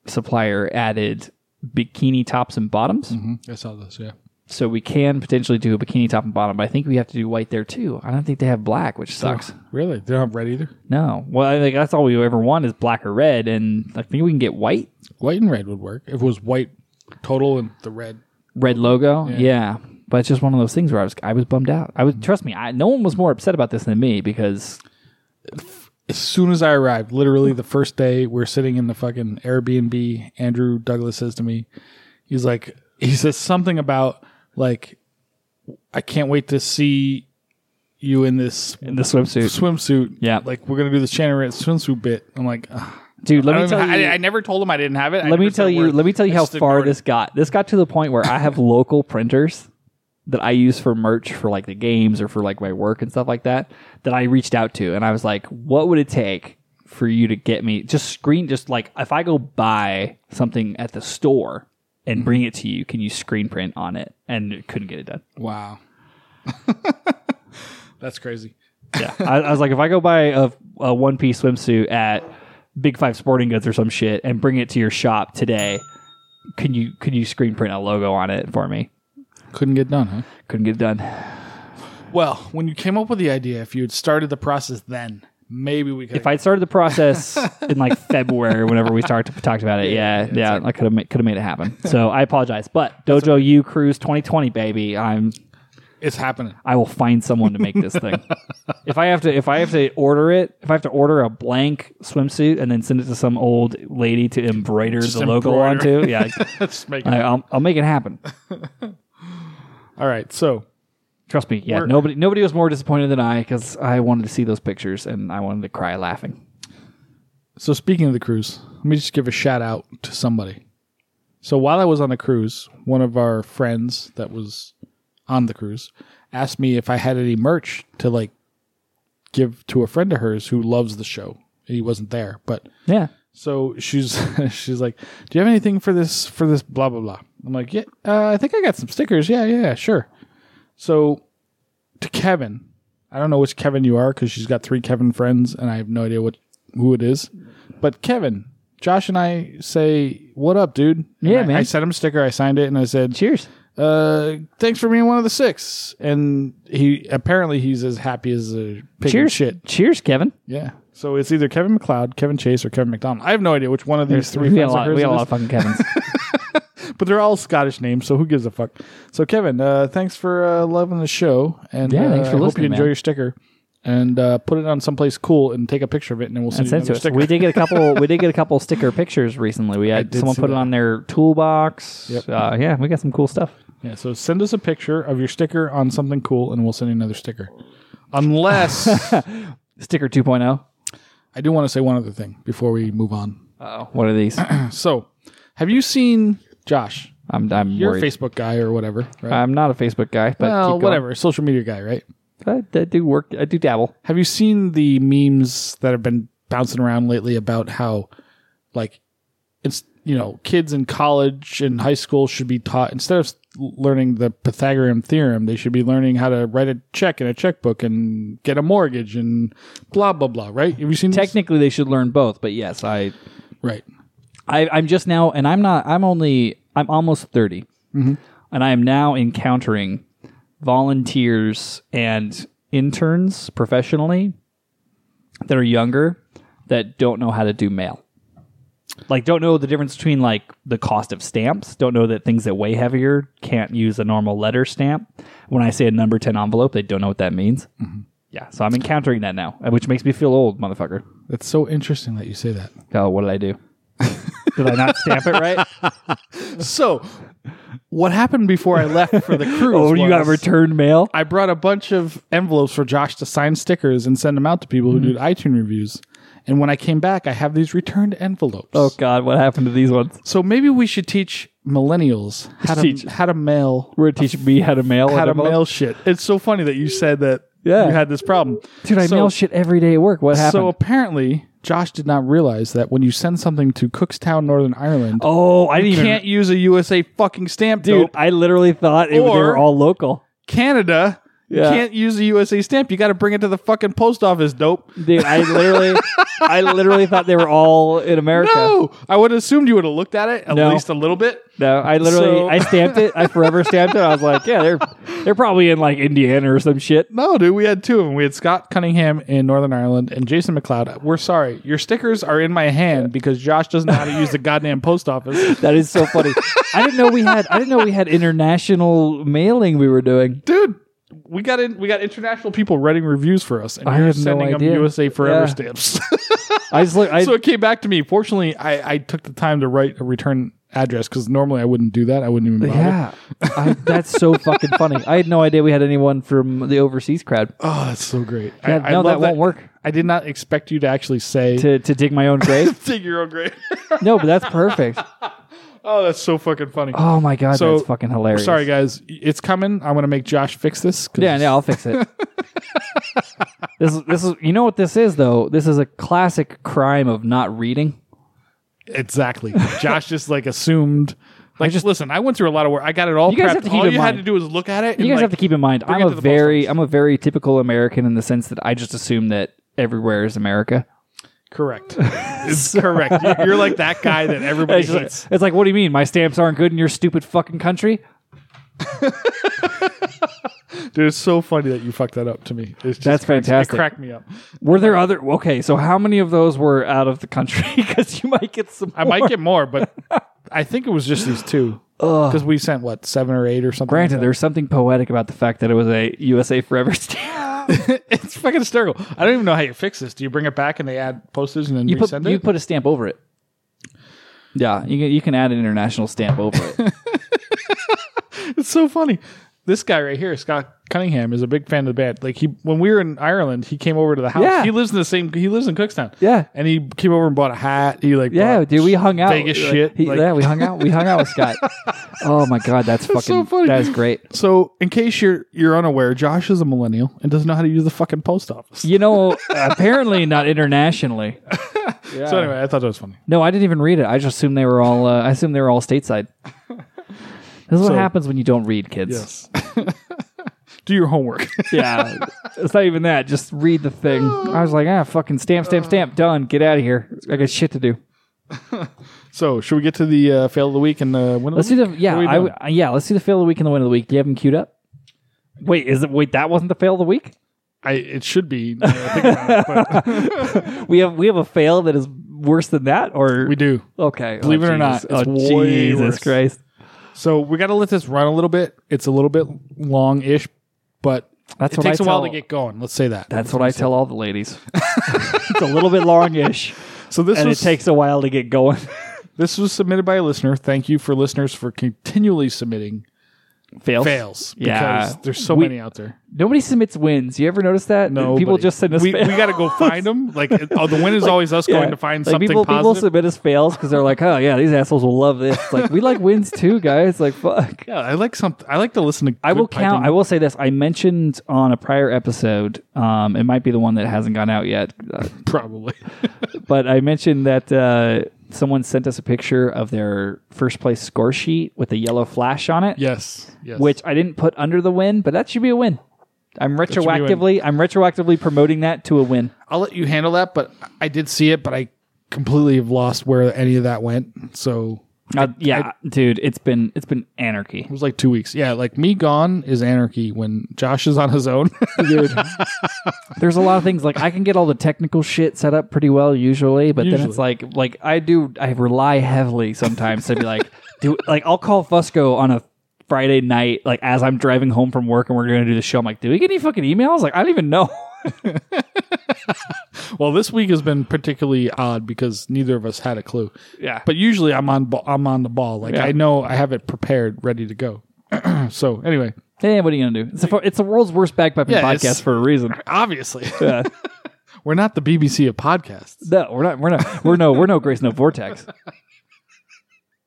A: supplier added bikini tops and bottoms,
B: I saw this. Yeah.
A: so we can potentially do a bikini top and bottom. But I think we have to do white there too. I don't think they have black, which sucks.
B: Really? They don't have red either.
A: No, well, I think that's all we ever want is black or red, and I think we can get white.
B: White and red would work. If it was white total and the red.
A: red logo. Yeah. But it's just one of those things where I was I was bummed out. I was trust me, I no one was more upset about this than me because
B: As soon as I arrived, literally the first day, we're sitting in the fucking Airbnb. Andrew Douglas says to me, he's like, he says something about like, I can't wait to see you in this
A: in the swimsuit.
B: swimsuit.
A: Yeah.
B: Like we're gonna do this Chanarant swimsuit bit. I'm like, "Ugh."
A: Dude, let
B: I,
A: me
B: don't
A: tell
B: even-
A: you
B: I, I never told him I didn't have it. I
A: let me
B: never said
A: tell
B: a
A: you
B: word.
A: let me tell you
B: I
A: how
B: just
A: far
B: ignored
A: this got. This got to the point where I have (laughs) local printers that I use for merch for like the games or for like my work and stuff like that that I reached out to and I was like, what would it take for you to get me just screen just like if I go buy something at the store
B: Mm-hmm.
A: and bring it to you, can you screen print on it? And couldn't get it done.
B: it. Wow, (laughs) that's crazy.
A: Yeah, I, I was like, if I go buy a, a one piece swimsuit at Big Five Sporting Goods or some shit and bring it to your shop today, can you can you screen print a logo on it for me?
B: Couldn't get done, huh?
A: Couldn't get it done.
B: Well, when you came up with the idea, if you had started the process then, maybe we could.
A: If I'd started the (laughs) process in like February, whenever we started talked about it, yeah, yeah, I could have could have made it (laughs) happen. So I apologize, but Dojo U Cruise 2020, baby, I'm
B: it's happening. (laughs)
A: I will find someone to make this (laughs) thing. if I have to, if I have to order it, if I have to order a blank swimsuit and then send it to some old lady to embroider the logo
B: embroider.
A: onto, (laughs) yeah,
B: Let's make it.
A: I, I'll, I'll make it happen.
B: All right. So
A: Trust me. Yeah,
B: We're-
A: nobody nobody was more disappointed than I because I wanted to see those pictures and I wanted to cry laughing.
B: So speaking of the cruise, let me just give a shout out to somebody. So while I was on the cruise, one of our friends that was on the cruise asked me if I had any merch to like give to a friend of hers who loves the show. He wasn't there, but
A: Yeah,
B: so she's (laughs) she's like, "Do you have anything for this for this blah blah blah?" I'm like, "Yeah, uh, I think I got some stickers. Yeah, yeah, yeah, sure." So to Kevin, I don't know which Kevin you are because she's got three Kevin friends, and I have no idea what who it is. But Kevin, Josh, and I say, "What up, dude?" And
A: Yeah,
B: I-
A: man.
B: I sent him a sticker. I signed it, and I said,
A: cheers.
B: uh, "Thanks for being one of the six. And he apparently he's as happy as a pig in
A: Cheers,
B: shit.
A: Cheers, Kevin.
B: Yeah. So it's either Kevin McLeod, Kevin Chase, or Kevin McDonald. I have no idea which one of these three
A: we got a
B: friends of
A: lot,
B: hers
A: we
B: it
A: got a lot
B: is,
A: of fucking (laughs) Kevins.
B: but they're all Scottish names, so who gives a fuck? So Kevin, uh, thanks for uh, loving the show, and
A: Yeah,
B: uh,
A: thanks for
B: I hope
A: listening,
B: you enjoy
A: man.
B: your sticker, and uh, put it on someplace cool, and take a picture of it, and then we'll send
A: and
B: you
A: sent
B: another
A: to us.
B: sticker.
A: We did get a (laughs) couple. we did get a couple sticker pictures recently. We had
B: did
A: someone
B: see
A: put it
B: that.
A: on their toolbox.
B: Yep.
A: Uh, yeah, we got some cool stuff.
B: Yeah. So send us a picture of your sticker on something cool, and we'll send you another sticker.
A: (laughs)
B: Unless
A: Sticker oh. 2.0.
B: I do want to say one other thing before we move on.
A: Oh, what are
B: (clears throat)
A: these?
B: So, have you seen Josh?
A: I'm I'm
B: You're
A: worried. Uh,
B: a Facebook guy or whatever, right?
A: I'm not a Facebook guy, but
B: well,
A: keep going.
B: whatever, social media guy, right?
A: I, I do work. I do dabble.
B: Have you seen the memes that have been bouncing around lately about how, like, it's you know, kids in college and high school should be taught instead of learning the Pythagorean theorem, they should be learning how to write a check in a checkbook and get a mortgage and blah blah blah. Right? Have you seen this?
A: Technically, they should learn both, but yes, I
B: Right.
A: I, I'm just now, and I'm not. I'm only. I'm almost 30 and I am now encountering volunteers and interns professionally that are younger that don't know how to do mail. Like, don't know the difference between like the cost of stamps. Don't know that things that weigh heavier can't use a normal letter stamp. When I say a number ten envelope, they don't know what that means. Yeah, so I'm encountering that now, which makes me feel old, motherfucker.
B: That's so interesting that you say that.
A: Oh, what did I do? did I not stamp it right?
B: So, what happened before I left (laughs) for the cruise?
A: Oh, you got
B: was-
A: return mail?
B: I brought a bunch of envelopes for Josh to sign stickers and send them out to people who
A: Mm-hmm.
B: did iTunes reviews. And when I came back, I have these returned envelopes.
A: Oh God, what happened to these ones?
B: So maybe we should teach millennials
A: (laughs)
B: how to
A: Teach.
B: how to mail
A: We're teaching me how to mail.
B: how to
A: another
B: mail
A: month?
B: shit. It's so funny that you said that
A: Yeah.
B: you had this problem.
A: Dude, I
B: so,
A: mail shit every day at work. What happened?
B: So apparently, Josh did not realize that when you send something to Cookstown, Northern Ireland,
A: oh, I didn't
B: you
A: even.
B: can't use a USA fucking stamp,
A: dude,
B: dope.
A: I literally thought it, they
B: Or-
A: were all local.
B: Canada. You
A: Yeah.
B: can't use a USA stamp. You got to bring it to the fucking post office, dope.
A: Dude, I
B: (laughs)
A: literally, I literally thought they were all in America.
B: No, I would have assumed you would have looked at it at
A: No.
B: least a little bit.
A: No, I literally,
B: So-
A: I stamped it. I forever stamped it. I was like, yeah, they're, they're probably in like Indiana or some shit.
B: No, dude, we had two of them. We had Scott Cunningham in Northern Ireland and Jason McLeod. We're sorry, your stickers are in my hand because Josh doesn't know how to (laughs) use the goddamn post office,
A: That is so funny. I didn't know we had, I didn't know we had international mailing we were doing.
B: dude. We got in, we got international people writing reviews for us, and
A: I
B: you're
A: had no
B: sending them
A: idea.
B: USA Forever
A: Yeah.
B: stamps. (laughs)
A: I just look, I,
B: so it came back to me. Fortunately, I, I took the time to write a return address because normally I wouldn't do that. I wouldn't even bother.
A: yeah, I, that's so fucking funny. I had no idea we had anyone from the overseas crowd.
B: Oh, that's so great.
A: Yeah,
B: I, I
A: no,
B: love
A: that won't work.
B: I did not expect you to actually say
A: to, to dig my own
B: (laughs)
A: grave.
B: dig your own grave.
A: no, but that's perfect.
B: oh, that's so fucking funny.
A: Oh my god,
B: So,
A: that's fucking hilarious.
B: Sorry, guys. It's coming. I'm going to make Josh fix this. 'cause-
A: Yeah, yeah, I'll fix
B: (laughs)
A: it. this is this is you know what this is though. This is a classic crime of not reading.
B: Exactly. Josh just
A: (laughs)
B: like assumed. Like, just listen, I went through a lot of work. I got it all
A: You guys
B: prepped.
A: have to keep
B: all
A: in
B: you had
A: mind-
B: to do was look at it.
A: You guys have to keep in mind,
B: it
A: I'm
B: to
A: a
B: the post
A: very
B: office.
A: I'm a very typical American in the sense that I just assume that everywhere is America. (laughs)
B: Correct. It's correct. You- You're like that guy that everybody
A: It's, just-
B: hates.
A: it's like, what do you mean? My stamps aren't good in your stupid fucking country?
B: Dude, it's so funny that you fucked that up to me. It's just
A: That's
B: crazy.
A: fantastic.
B: It cracked me up.
A: Were there other? Okay, so how many of those were out of the country? (laughs) Because you might get some.
B: I might get
A: (laughs)
B: more, but I think it was just these two. Because we sent, what, seven or eight or something?
A: Granted,
B: like
A: there's something poetic about the fact that it was a USA Forever
B: (laughs)
A: stamp.
B: that. (laughs) it's fucking hysterical. I don't even know how you fix this. Do you bring it back and they add posters and then
A: You put
B: resend
A: you
B: it?
A: put a stamp over it. Yeah, you can, you can add an international stamp over it.
B: It's so funny. This guy right here, Scott Cunningham, is a big fan of the band. Like he, when we were in Ireland, he came over to the house.
A: Yeah.
B: He lives in the same. He lives in Cookstown.
A: Yeah.
B: and he came over and bought a hat. He like,
A: (laughs) Yeah,
B: bought
A: dude, we hung out.
B: Vegas
A: Like,
B: shit.
A: he-
B: like-
A: yeah, we hung out. We hung out with
B: (laughs)
A: Scott. oh my god, that's fucking.
B: so funny.
A: That is great.
B: So, in case you're you're unaware, Josh is a millennial and doesn't know how to use the fucking post office.
A: You know, apparently not internationally.
B: (laughs) So anyway, I thought that was funny.
A: No, I didn't even read it. I just assumed they were all. Uh, I assumed they were all stateside. This is what
B: So-
A: happens when you don't read, kids.
B: (laughs) Do your homework. (laughs)
A: Yeah, it's not even that. Just read the thing.
B: Oh.
A: I was like, ah, fucking stamp, stamp, stamp. Done. Get out of here. I got shit to do.
B: so, should we get to the uh, fail of the week and the win?
A: Let's
B: of
A: do
B: the
A: the yeah.
B: What are we
A: I,
B: doing?
A: w- uh, yeah. Let's do the fail of the week and the win of the week. Do you have them queued up? Wait, is it? Wait, that wasn't the fail of the week.
B: I, it should be. now that I think about it, but
A: We have we have a fail that is worse than that, or
B: we do.
A: okay.
B: Believe it or not,
A: Jesus.
B: it's
A: oh
B: way
A: Jesus
B: worse.
A: Christ!
B: So we got to let this run a little bit. It's a little bit long ish, but
A: That's
B: it
A: what
B: takes
A: I
B: a while
A: tell-
B: to get going. Let's say that.
A: That's what I tell all the
B: (laughs)
A: ladies. it's a little bit longish,
B: so this
A: and it
B: was
A: takes a while to get going.
B: this was submitted by a listener. Thank you for listeners for continually submitting
A: Fails.
B: fails
A: Yeah.
B: because there's so
A: We-
B: many out there.
A: Nobody submits wins. You ever notice that?
B: No,
A: people
B: buddy.
A: just send us.
B: We,
A: fails.
B: we
A: (laughs)
B: got to go find them. Like it- oh, the win is always us
A: Yeah.
B: going to find
A: Like,
B: something
A: people, People
B: positive.
A: submit us fails because they're like, oh yeah, these assholes will love this. Like we like wins too, guys. Like
B: (laughs)
A: fuck.
B: yeah, I like something. I like to listen to.
A: I
B: good
A: will count.
B: Python.
A: I will say this. I mentioned on a prior episode. Um, it might be the one that hasn't gone out yet, uh,
B: (laughs) probably.
A: but I mentioned that uh, someone sent us a picture of their first place score sheet with a yellow flash on it,
B: yes. Yes.
A: which I didn't put under the win, but that should be a win. I'm
B: should be a win.
A: retroactively. I'm retroactively promoting that to a win.
B: I'll let you handle that. But I did see it, but I completely have lost where any of that went. So
A: Uh, yeah, dude, it's been it's been anarchy.
B: It was like two weeks. Yeah, like me gone is anarchy when Josh is on his own. (laughs)
A: dude. There's a lot of things like I can get all the technical shit set up pretty well usually, but then it's like like I do I rely heavily sometimes to be like (laughs) do like I'll call Fusco on a Friday night like as I'm driving home from work and we're going to do the show. I'm like, do we get any fucking emails? Like I don't even know. (laughs)
B: well, this week has been particularly odd because neither of us had a clue.
A: Yeah.
B: But usually I'm on ba- I'm on the ball. Like
A: Yeah.
B: I know I have it prepared, ready to go. (clears throat) so anyway,
A: Hey, what are you gonna do? It's the it's the world's worst backpiping
B: Yeah, it's-
A: podcast for a reason.
B: obviously, (laughs) we're not the BBC of podcasts.
A: No, we're not. We're not. We're no. We're no Grace. No Vortex.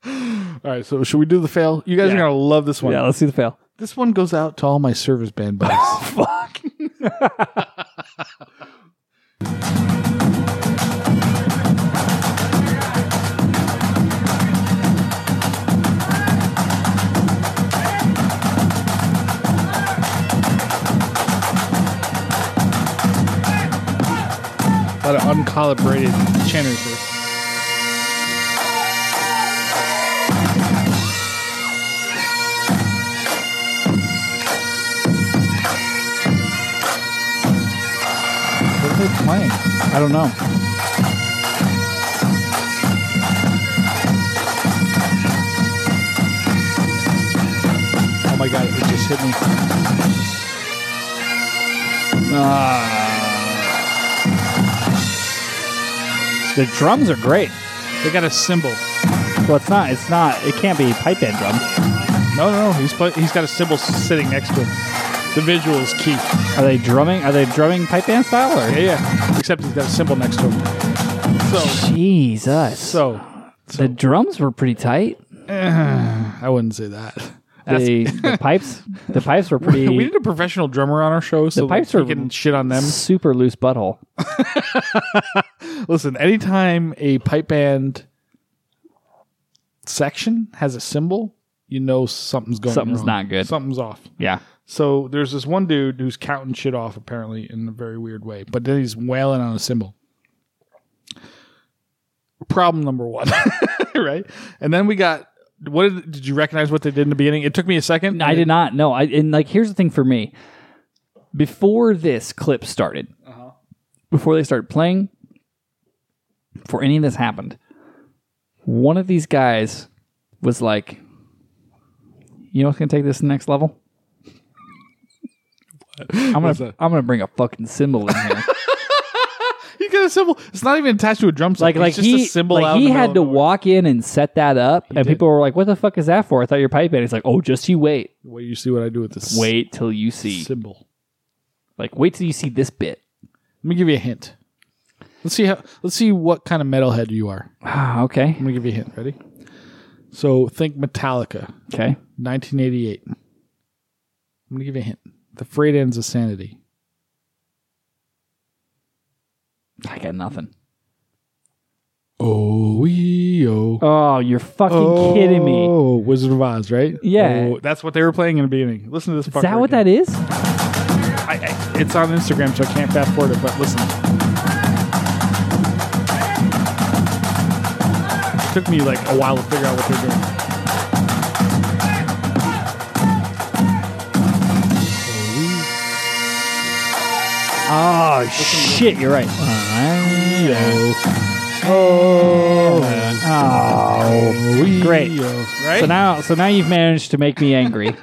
B: All right, so should we do the fail? You guys
A: Yeah.
B: are gonna love this one.
A: Yeah, let's see the fail.
B: This one goes out to all my service band buddies.
A: Fuck.
B: a lot of uncalibrated channels here.
A: What are they playing?
B: I don't know. Oh my god, it just hit me.
A: Ah. The drums are great.
B: They got a cymbal.
A: Well, it's not. It's not. It can't be pipe band drums.
B: No, no, no. He's play- he's got a cymbal sitting next to him. The visual is key.
A: Are they drumming? Are they drumming pipe band style? Or?
B: Yeah, yeah. Except he's got a cymbal next to him. So,
A: Jesus.
B: so
A: the drums were pretty tight.
B: I wouldn't say that. That's-
A: The, the pipes, the pipes were (laughs) pretty
B: (laughs) we need a professional drummer on our show, so
A: pipes
B: like,
A: are-
B: we (laughs) can shit on them.
A: super loose butthole.
B: Listen, anytime a pipe band section has a symbol, you know something's going
A: Something's
B: wrong.
A: not good.
B: Something's off.
A: Yeah.
B: So there's this one dude who's counting shit off apparently in a very weird way, but then he's wailing on a symbol. (laughs) Problem number one, right? And then we got what did, did you recognize what they did in the beginning? It took me a second.
A: I did not know. I and like here's the thing for me. Before this clip started,
B: Uh-huh.
A: before they started playing, before any of this happened, one of these guys was like, "You know what's gonna take this to the next level? I'm gonna
B: that?
A: I'm gonna bring a fucking cymbal in here."
B: He got a symbol. It's not even attached to a drum set.
A: like like
B: (laughs) it's just
A: he
B: a symbol
A: like
B: out in
A: he
B: the
A: had to
B: middle of
A: walk in and set that up, and
B: did.
A: people were like, "What the fuck is that for?" I thought you're pipe band. He's like, "Oh, just you wait,
B: nowhere. Wait, you see what I do with this
A: wait till you see,
B: symbol.
A: like wait till you see this bit."
B: Let me give you a hint. Let's see how. Let's see what kind of metalhead you are.
A: Ah, okay,
B: I'm gonna give you a hint. Ready? So think Metallica,
A: okay.
B: 1988. I'm gonna give you a hint. The freight ends of sanity.
A: I got nothing.
B: Oh, we oh.
A: Oh, you're fucking kidding me.
B: Oh, Wizard of Oz, right?
A: Yeah.
B: Oh, that's what they were playing in the beginning. Listen to this.
A: Is that what that is?
B: I, I, it's on Instagram, so I can't fast forward it. But listen, it took me like a while to figure out what they're doing. Ah,
A: Oh shit, you're right. Oh, great.
B: Right?
A: So now, so now you've managed to make me
B: (laughs)
A: angry.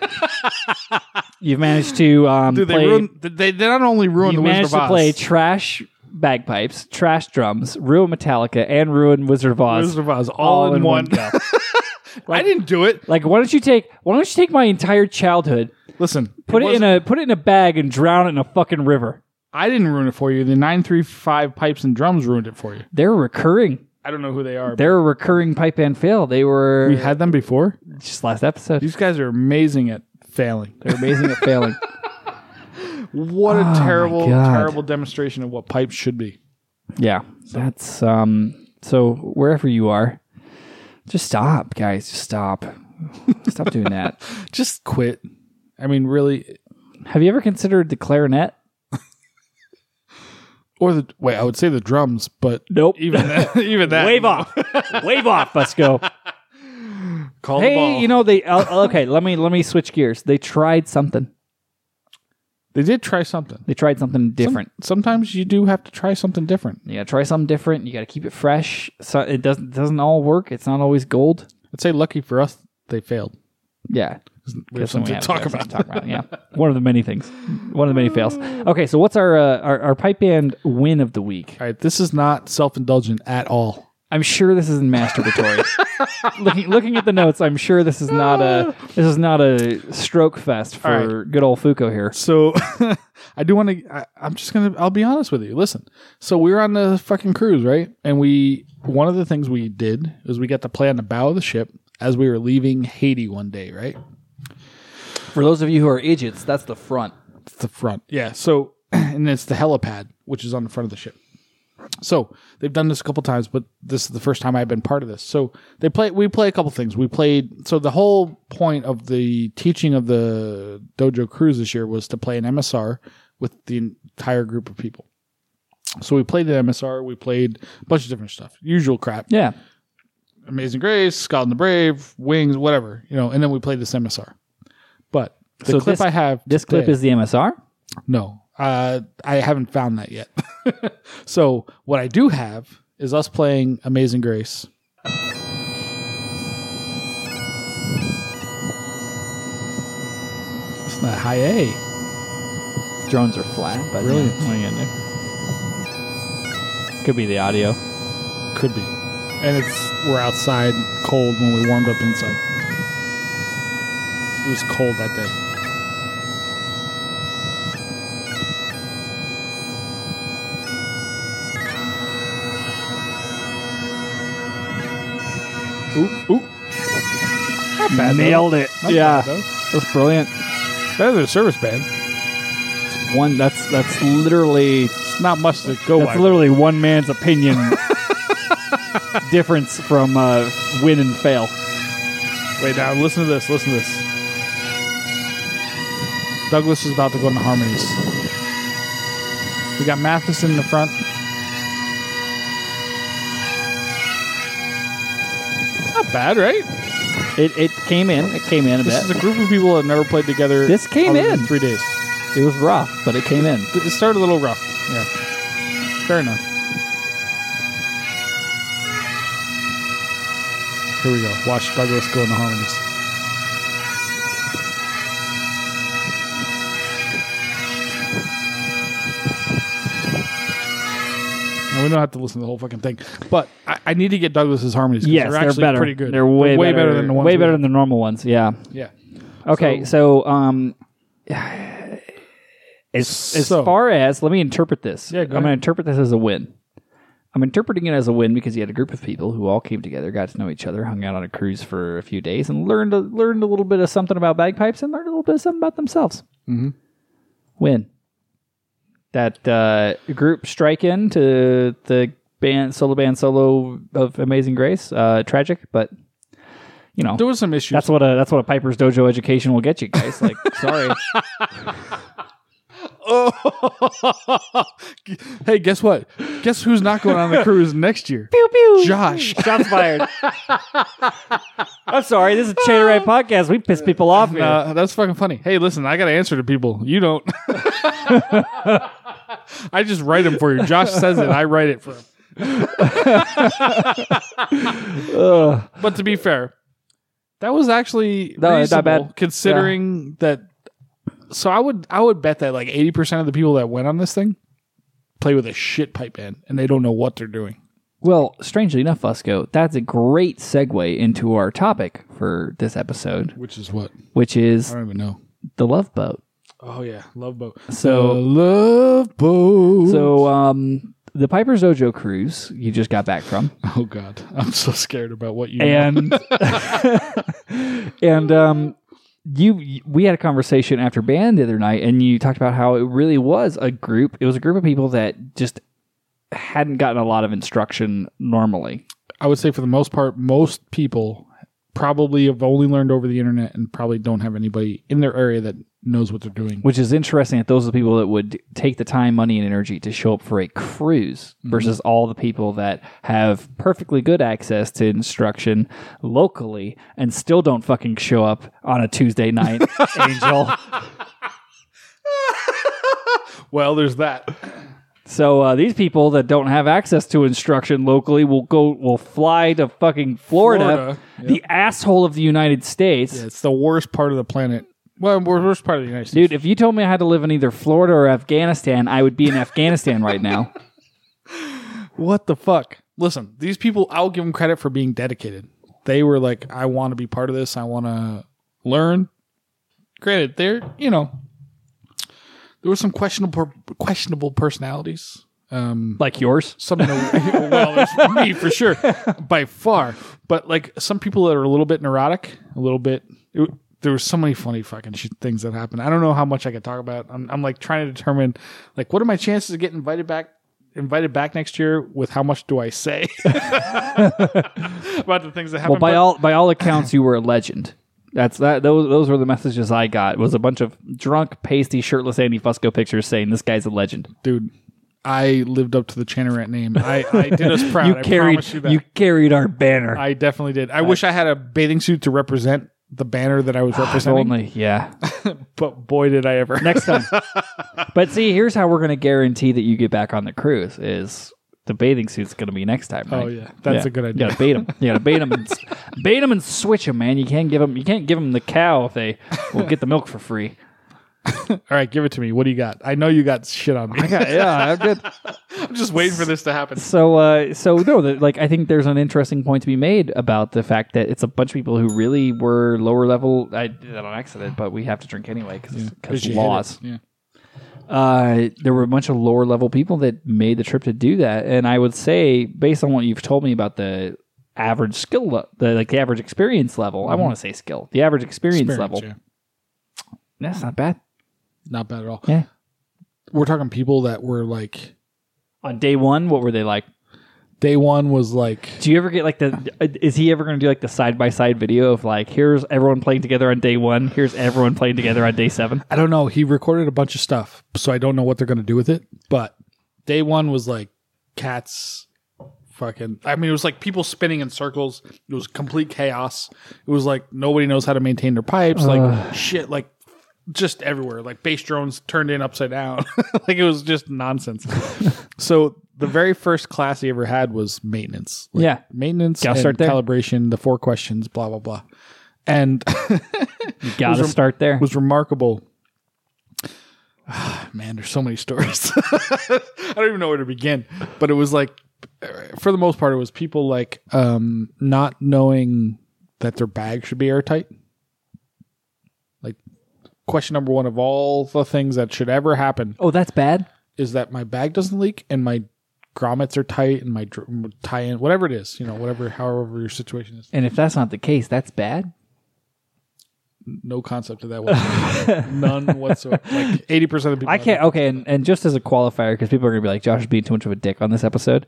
A: you've managed to um,
B: Dude, they
A: play.
B: ruined. They, they not only ruined
A: you
B: the Wizard
A: managed
B: of
A: to
B: Oz.
A: play trash bagpipes, trash drums, ruin Metallica, and ruin Wizard of Oz.
B: Wizard of Oz all, in, one.
A: go.
B: (laughs) I didn't do it.
A: like, why don't you take? Why don't you take my entire childhood,
B: Listen,
A: put it in
B: wasn't-
A: a put it in a bag, and drown it in a fucking river?
B: I didn't ruin it for you. The nine three five pipes and drums ruined it for you.
A: They're recurring.
B: I don't know who they are. but
A: They're a recurring pipe and fail. They were
B: we had them before.
A: just last episode.
B: These guys are amazing at failing.
A: They're amazing at (laughs) failing.
B: What a terrible,
A: Oh God.
B: terrible demonstration of what pipes should be.
A: Yeah, that's um. So wherever you are, just stop, guys. Just stop. Stop doing (laughs) that.
B: Just quit. I mean, really,
A: Have you ever considered the clarinet?
B: or the wait. I would say the drums, but
A: Nope. (laughs)
B: even that, even that
A: Wave (laughs) off. Wave off. Let's go.
B: Call the
A: Hey,
B: ball.
A: you know they. oh, okay, let me let me switch gears. They tried something.
B: they did try something
A: They tried something different.
B: Sometimes you do have to try something different.
A: you gotta try something different. You gotta keep it fresh. So it doesn't doesn't all work. It's not always gold.
B: I'd say lucky for us, they failed.
A: Yeah.
B: We have
A: That's when
B: something to
A: we
B: talk
A: have- we have
B: about.
A: something to talk about, Yeah, (laughs) one of the many things, one of the many fails. Okay, so what's our uh, our, our pipe band win of the week?
B: All right, this is not self indulgent at all.
A: I'm sure this isn't (laughs) masturbatory. looking looking at the notes, I'm sure this is not (laughs) a this is not a stroke fest for good old Fuko here.
B: So (laughs) I do want to. I'm just gonna. I'll be honest with you. Listen. So we were on the fucking cruise, right? And we one of the things we did is we got to play on the bow of the ship as we were leaving Haiti one day, right?
A: For those of you who are idiots, that's the front.
B: It's the front. Yeah. So (clears throat) and it's the helipad, which is on the front of the ship. So they've done this a couple times, but this is the first time I've been part of this. So they play. We play a couple things. We played. So the whole point of the teaching of the dojo cruise this year was to play an MSR with the entire group of people. So we played an MSR. We played a bunch of different stuff. Usual crap.
A: Yeah,
B: Amazing Grace, Scott and the Brave, Wings, whatever you know. And then we played this MSR. But the
A: So
B: clip
A: this-
B: I have.
A: this clip
B: today-
A: is the MSR.
B: no, uh, I haven't found that yet. (laughs) so what I do have is us playing Amazing Grace. It's not high A.
A: Drones are flat, but
B: Brilliant.
A: yeah, what are you gonna do? Could be the audio.
B: Could be. And it's we're outside cold when we warmed up inside. It was cold that day. Ooh, ooh. Not bad. though.
A: Nailed it.
B: Not
A: yeah,
B: bad, though.
A: that's Oh, brilliant.
B: Better than a service band.
A: One that's that's literally
B: It's not much to go
A: that's
B: by.
A: literally one man's
B: (laughs)
A: opinion difference from uh, win and fail.
B: Wait, now listen to this. Listen to this. Douglas is about to go into harmonies. We got Matheson in the front. It's not bad, right?
A: It, it came in. It came in a
B: This
A: bit.
B: is a group of people that never played together.
A: This came
B: other than
A: in.
B: three days.
A: it was rough, but it came in.
B: It started a little rough. Yeah, fair enough. Here we go. Watch Douglas go in the harmonies. Now, we don't have to listen to the whole fucking thing, but I, I need to get Douglas's harmonies. 'cause
A: Yes, they're,
B: actually
A: better.
B: Pretty good.
A: They're way,
B: way better, than the ones.
A: way
B: we
A: better
B: had.
A: than the normal ones. Yeah.
B: yeah.
A: Okay, so, um, as as
B: So-
A: far as let me interpret this.
B: Yeah,
A: I'm
B: go
A: going to
B: ahead.
A: interpret this as a win. I'm interpreting it as a win because you had a group of people who all came together, got to know each other, hung out on a cruise for a few days, and learned a, learned a little bit of something about bagpipes and learned a little bit of something about themselves.
B: Mhm.
A: Win. That uh, group strike in to the band solo band solo of Amazing Grace. Uh, tragic, but you know
B: There was some issues.
A: that's what a that's what a Piper's Dojo education will get you guys. (laughs) Like, sorry.
B: Oh, hey, guess what? Guess who's not
A: (laughs)
B: going on the cruise next year?
A: pew pew.
B: Josh.
A: Shots fired. I'm sorry. This is a Chatter (laughs) podcast. We piss people off here.
B: Uh, that's fucking funny. Hey, listen, I got to answer to people. You don't. (laughs) I just write them for you. Josh says it. I write it for
A: (laughs)
B: him. but to be fair, that was actually
A: No, it's not
B: reasonable,
A: bad.
B: considering that. So I would I would bet that like eighty percent of the people that went on this thing play with a shit pipe band and they don't know what they're doing.
A: (laughs) Well, strangely enough, Fusco, that's a great segue into our topic for this episode,
C: Which is what?
A: which
C: I
A: is
C: don't even know.
A: the love boat.
B: Oh yeah, love boat.
A: So,
C: love boat.
A: so um, the Piper's Dojo cruise you just got back from,
B: (laughs) Oh god, I'm so scared about what you.
A: and and um, you we had a conversation after band the other night, and you talked about how it really was a group. It was a group of people that just hadn't gotten a lot of instruction normally.
B: I would say for the most part, most people probably have only learned over the internet and probably don't have anybody in their area that knows what they're doing.
A: which is interesting that those are the people that would take the time, money, and energy to show up for a cruise versus all the people that have perfectly good access to instruction locally and still don't fucking show up on a Tuesday night, Angel.
B: Well, there's that.
A: So uh, these people that don't have access to instruction locally will go will fly to fucking Florida,
B: Florida,
A: the asshole of the United States.
B: It's the worst part of the planet. Well, wor- worst part of the United States.
A: Dude, if you told me I had to live in either Florida or Afghanistan, I would be in (laughs) Afghanistan right now.
B: What the fuck? Listen, these people, I'll give them credit for being dedicated. They were like, I want to be part of this. I want to learn. Granted, they're, you know, there were some questionable questionable personalities. Um,
A: Like yours.
B: some of the (laughs) well, there's me for sure, by far. But like some people that are a little bit neurotic, a little bit. It, there was so many funny fucking shit things that happened. I don't know how much I could talk about. I'm, I'm like trying to determine, like, what are my chances of getting invited back? Invited back next year with how much do I say (laughs) about the things that
A: Well,
B: happened?
A: by
B: but-
A: all by all accounts, you were a legend. That's that. Those those were the messages I got. Was a bunch of drunk, pasty, shirtless Andy Fusco pictures saying this guy's a legend.
B: dude, I lived up to the Channerant name. I, I
A: (laughs)
B: did us proud. I
A: carried Uh,
B: promise you that.
A: carried our banner.
B: I definitely did. I, wish I had a bathing suit to represent the banner that I was
A: If
B: representing.
A: only, yeah.
B: but boy did I
A: (laughs)
B: ever.
A: Next time.
B: (laughs)
A: but see, here's how we're going to guarantee that you get back on the cruise: is the bathing suit's going to be next time. Right?
B: Oh yeah, that's
A: Yeah.
B: a good
A: You
B: idea.
A: gotta bait them. You gotta bait
B: (laughs)
A: them and s- bait them and switch them, man. You can't give them. You can't give them the cow if they will get the milk for free.
B: All right, give it to me. What do you got? I know you got shit on me.
A: yeah, I'm good.
B: (laughs) I'm just waiting for this to happen.
A: So, uh, so no, the, like I think there's an interesting point to be made about the fact that it's a bunch of people who really were lower level. I did that on accident, but we have to drink anyway because laws.
B: Yeah.
A: Uh, there were a bunch of lower level people that made the trip to do that, and I would say, based on what you've told me about the average skill, le- the like the average experience level, I want to say skill, the average experience, level.
B: Mm-hmm. yeah.
A: That's not bad.
B: Not bad at all.
A: Yeah.
B: We're talking people that were like
A: On day one, what were they like?
B: day one was like
A: Do you ever get like the? uh, Is he ever going to do like the side by side video of like here's everyone playing together on day one, here's everyone playing together on day seven?
B: I don't know. He recorded a bunch of stuff, so I don't know what they're gonna do with it. But day one was like cats fucking. I mean, it was like people spinning in circles. It was complete chaos. It was like nobody knows how to maintain their pipes. like shit. Like just everywhere. Like bass drones turned in upside down. (laughs) like it was
A: (laughs)
B: just nonsense. so the very first class he ever had was maintenance. Like,
A: Yeah.
B: maintenance.
A: Gotta
B: and
A: start there.
B: Calibration. The four questions. Blah blah blah. And
A: Gotta
B: was rem-
A: start there.
B: was remarkable. Ah, man, there's so many stories. (laughs) I don't even know where to begin. But it was like, for the most part, it was people like um, not knowing that their bag should be airtight. Like, question number one of all the things that should ever happen
A: oh, that's bad.
B: is that my bag doesn't leak and my grommets are tight and my dr- tie in, whatever it is, you know, whatever, however your situation is.
A: And if that's not the case, that's bad.
B: No concept of that whatsoever. None whatsoever. Like 80% of people.
A: I can't. Okay, and, and just as a qualifier, because people are gonna be like, Josh is being too much of a dick on this
B: (laughs)
A: episode.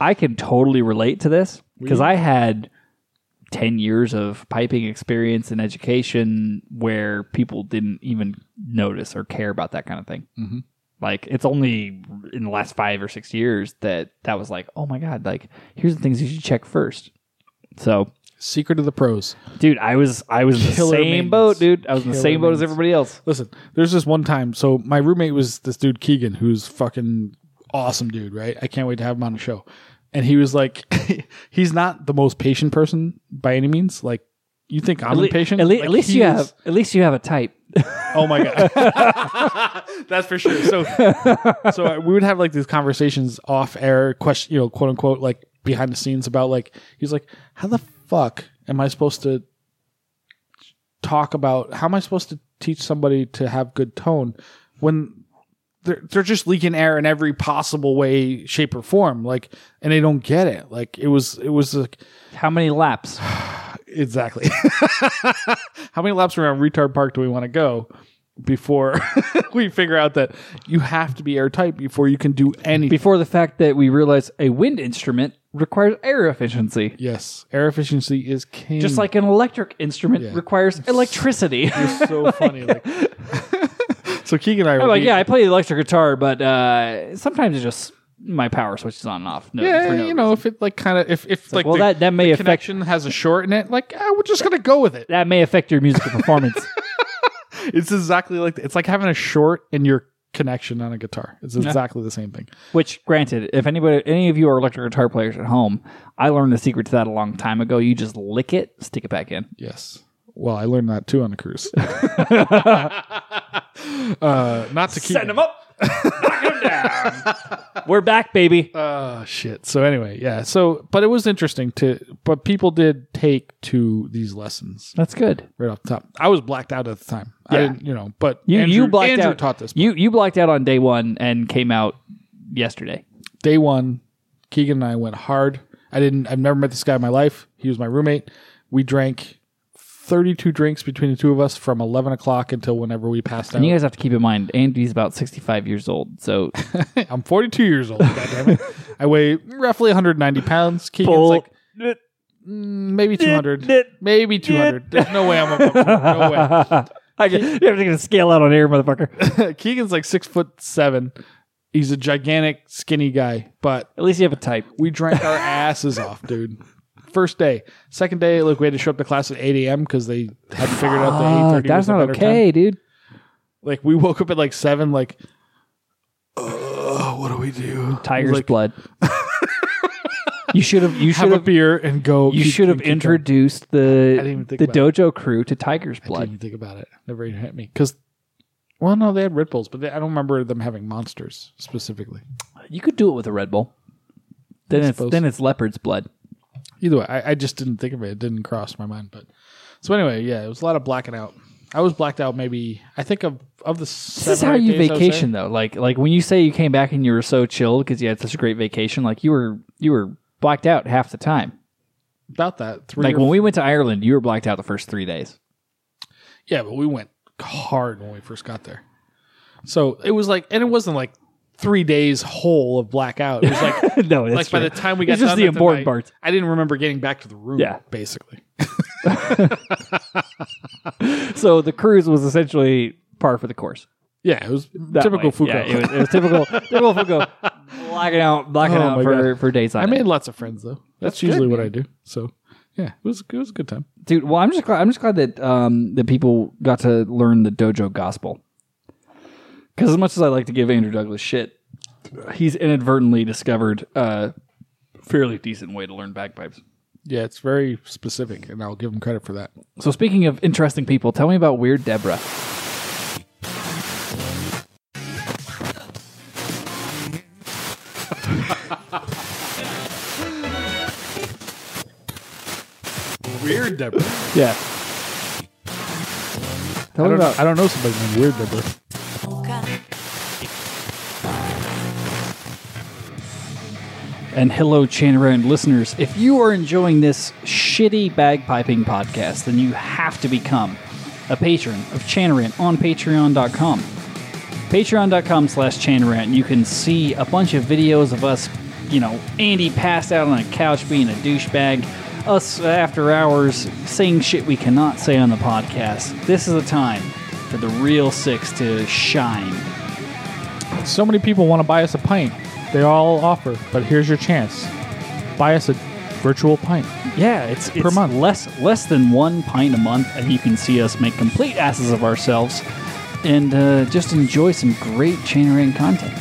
A: I can totally relate to this because I had ten years of piping experience and education where people didn't even notice or care about that kind of thing.
B: Mhm.
A: Like it's only in the last five or six years that that was like, oh my god, like here's the things you should check first. So
B: Secret of the pros.
A: Dude, I was I was in the
B: Killer
A: same
B: maintenance.
A: boat, dude. I was in the
B: Killer
A: same boat as
B: maintenance.
A: everybody else.
B: Listen, there's this one time. So my roommate was this dude Keegan, who's fucking awesome, dude. Right? I can't wait to have him on the show. And he was like, (laughs) he's not the most patient person by any means. Like, you think I'm
A: Le-
B: impatient?
A: At, le-
B: Like,
A: at least
B: he
A: you
B: is-
A: have at least you have a type.
B: Oh my god, (laughs) that's for sure. So, so I- we would have like these conversations off air, question, you know, quote unquote, like behind the scenes about like he's like, how the fuck am I supposed to talk about? How am I supposed to teach somebody to have good tone when? They're, they're just leaking air in every possible way, shape, or form. Like, and they don't get it. Like, it was, it was like,
A: How many laps?
B: Exactly. (laughs) How many laps around retard park do we want to go before (laughs) we figure out that you have to be airtight before you can do anything?
A: Before the fact that we realize a wind instrument requires air efficiency.
B: yes, air efficiency is king.
A: Just like an electric instrument
B: Yeah.
A: requires electricity.
B: (laughs) so funny. Like, (laughs) so Keegan and I were
A: I'm (laughs) like,
B: we-
A: yeah, I play the electric guitar, but uh, sometimes it's just my power switches on and off. No,
B: yeah,
A: for no
B: you know, if it like kind of if if like,
A: well,
B: the
A: that- that may affect-
B: connection has a short in it, like ah, we're just gonna go with it.
A: that may affect your musical
B: (laughs)
A: performance.
B: It's exactly like it's like having a short in your connection on a guitar. It's exactly the same thing.
A: Which, granted, if anybody, any of you are electric guitar players at home, I learned the secret to that a long time ago. You just lick it, stick it back in.
B: Yes. Well, I learned that too on
A: (laughs)
B: a cruise. (laughs) uh, not to keep.
A: Send them up, knock them down.
B: (laughs)
A: We're back, baby.
B: Oh shit. So anyway, yeah. So, but it was interesting to, but people did take to these lessons
A: That's good.
B: right off the top. I was blacked out at the time. I
A: Yeah.
B: didn't, you know, but
A: You
B: Andrew,
A: you blacked
B: Andrew
A: out.
B: taught this.
A: You you blacked out on day one and came out yesterday.
B: Day one, Keegan and I went hard. I didn't. I've never met this guy in my life. He was my roommate. We drank. 32 drinks between the two of us from 11 o'clock until whenever we passed out.
A: And you guys have to keep in mind, Andy's about sixty-five years old. So (laughs)
B: I'm 42 years old. (laughs) goddammit. I weigh roughly 190 pounds. Keegan's like mm, maybe 200, maybe 200. There's no way I'm above. 200.
A: (laughs)
B: No way.
A: I get, you're gonna scale out on air, motherfucker.
B: Keegan's like six foot seven. He's a gigantic, skinny guy, but
A: At least you have a type.
B: we
A: (laughs)
B: drank our asses off, dude. First day, second day, look, we had to show up to class at 8 a.m. because they hadn't figured out the 8:30.
A: Ah,
B: was
A: that's
B: the
A: not
B: better time.
A: okay, dude.
B: Like we woke up at like seven, like, oh, what do we do?
A: Tiger's
B: Like, (laughs)
A: blood. you should have. You should
B: Have a
A: have.
B: beer and go.
A: You
B: keep-
A: should have
B: keep going.
A: introduced
B: didn't
A: the
B: even think
A: the
B: about
A: dojo crew to Tiger's
B: Didn't
A: blood.
B: even think about it. Never even hit me because. Well, no, they had Red Bulls, but they, I don't remember them having monsters specifically.
A: You could do it with a Red Bull. Then it's
B: suppose.
A: then it's leopard's blood.
B: Either way, I, I just didn't think of it. It didn't cross my mind. But so anyway, yeah, it was a lot of blacking out. I was blacked out. Maybe I think of of the.
A: This is how you vacation though. Like like when you say you came back and you were so chilled because you had such a great vacation. Like you were you were blacked out half the time.
B: About that three.
A: Like
B: or-
A: when we went to Ireland, you were blacked out the first three days.
B: yeah, but we went hard when we first got there. So it was like, and it wasn't like three days whole of blackout. It was
A: (laughs) (laughs)
B: like
A: no, that's
B: like by the time we got
A: It's just
B: done
A: the
B: with
A: important
B: night,
A: parts.
B: I didn't remember getting back to the room.
A: Yeah.
B: basically.
A: so the cruise was essentially par for the course.
B: Yeah, it was
A: that
B: typical
A: way.
B: Foucault.
A: Yeah, it was, it was typical, typical
B: (laughs)
A: Foucault. Blacking out, blacking
B: Oh
A: out
B: my
A: for, for days on
B: I
A: end.
B: made lots of friends though.
A: That's
B: That's,
A: good,
B: usually what
A: man.
B: I do. So yeah, it was it was a good time.
A: dude. Well, I'm just glad, I'm just glad that um that people got to learn the dojo gospel. Because as much as I like to give Andrew Douglas shit, he's inadvertently discovered a fairly decent way to learn bagpipes.
B: Yeah, it's very specific, and I'll give him credit for that.
A: So speaking of interesting people, tell me about Weird Deborah.
C: Weird Deborah.
A: Yeah. Tell
B: I
A: me
B: don't,
A: about
B: I don't know somebody named Weird Deborah.
A: And hello, Chanra and listeners. If you are enjoying this shitty bagpiping podcast, then you have to become a patron of Chanarant on patreon.com. Patreon.com slash Chanarant. You can see a bunch of videos of us, you know, Andy passed out on a couch being a douchebag, us after hours saying shit we cannot say on the podcast. This is a time for the real six to shine.
B: So many people want to buy us a pint. They all offer, but here's your chance: buy us a virtual pint.
A: Yeah, it's, it's
B: Per month.
A: less less than one pint a month, and you can see us make complete asses of ourselves, and uh, just enjoy some great chain ring content.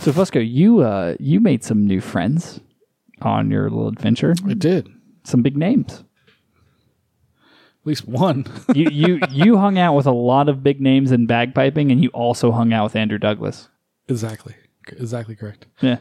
A: So Fusco, you uh, you made some new friends on your little adventure.
B: I did at
A: Some big names.
B: least one. (laughs)
A: You you (laughs) you hung out with a lot of big names in bagpiping, and you also hung out with Andrew Douglas.
B: exactly, exactly correct.
A: (laughs) Yeah.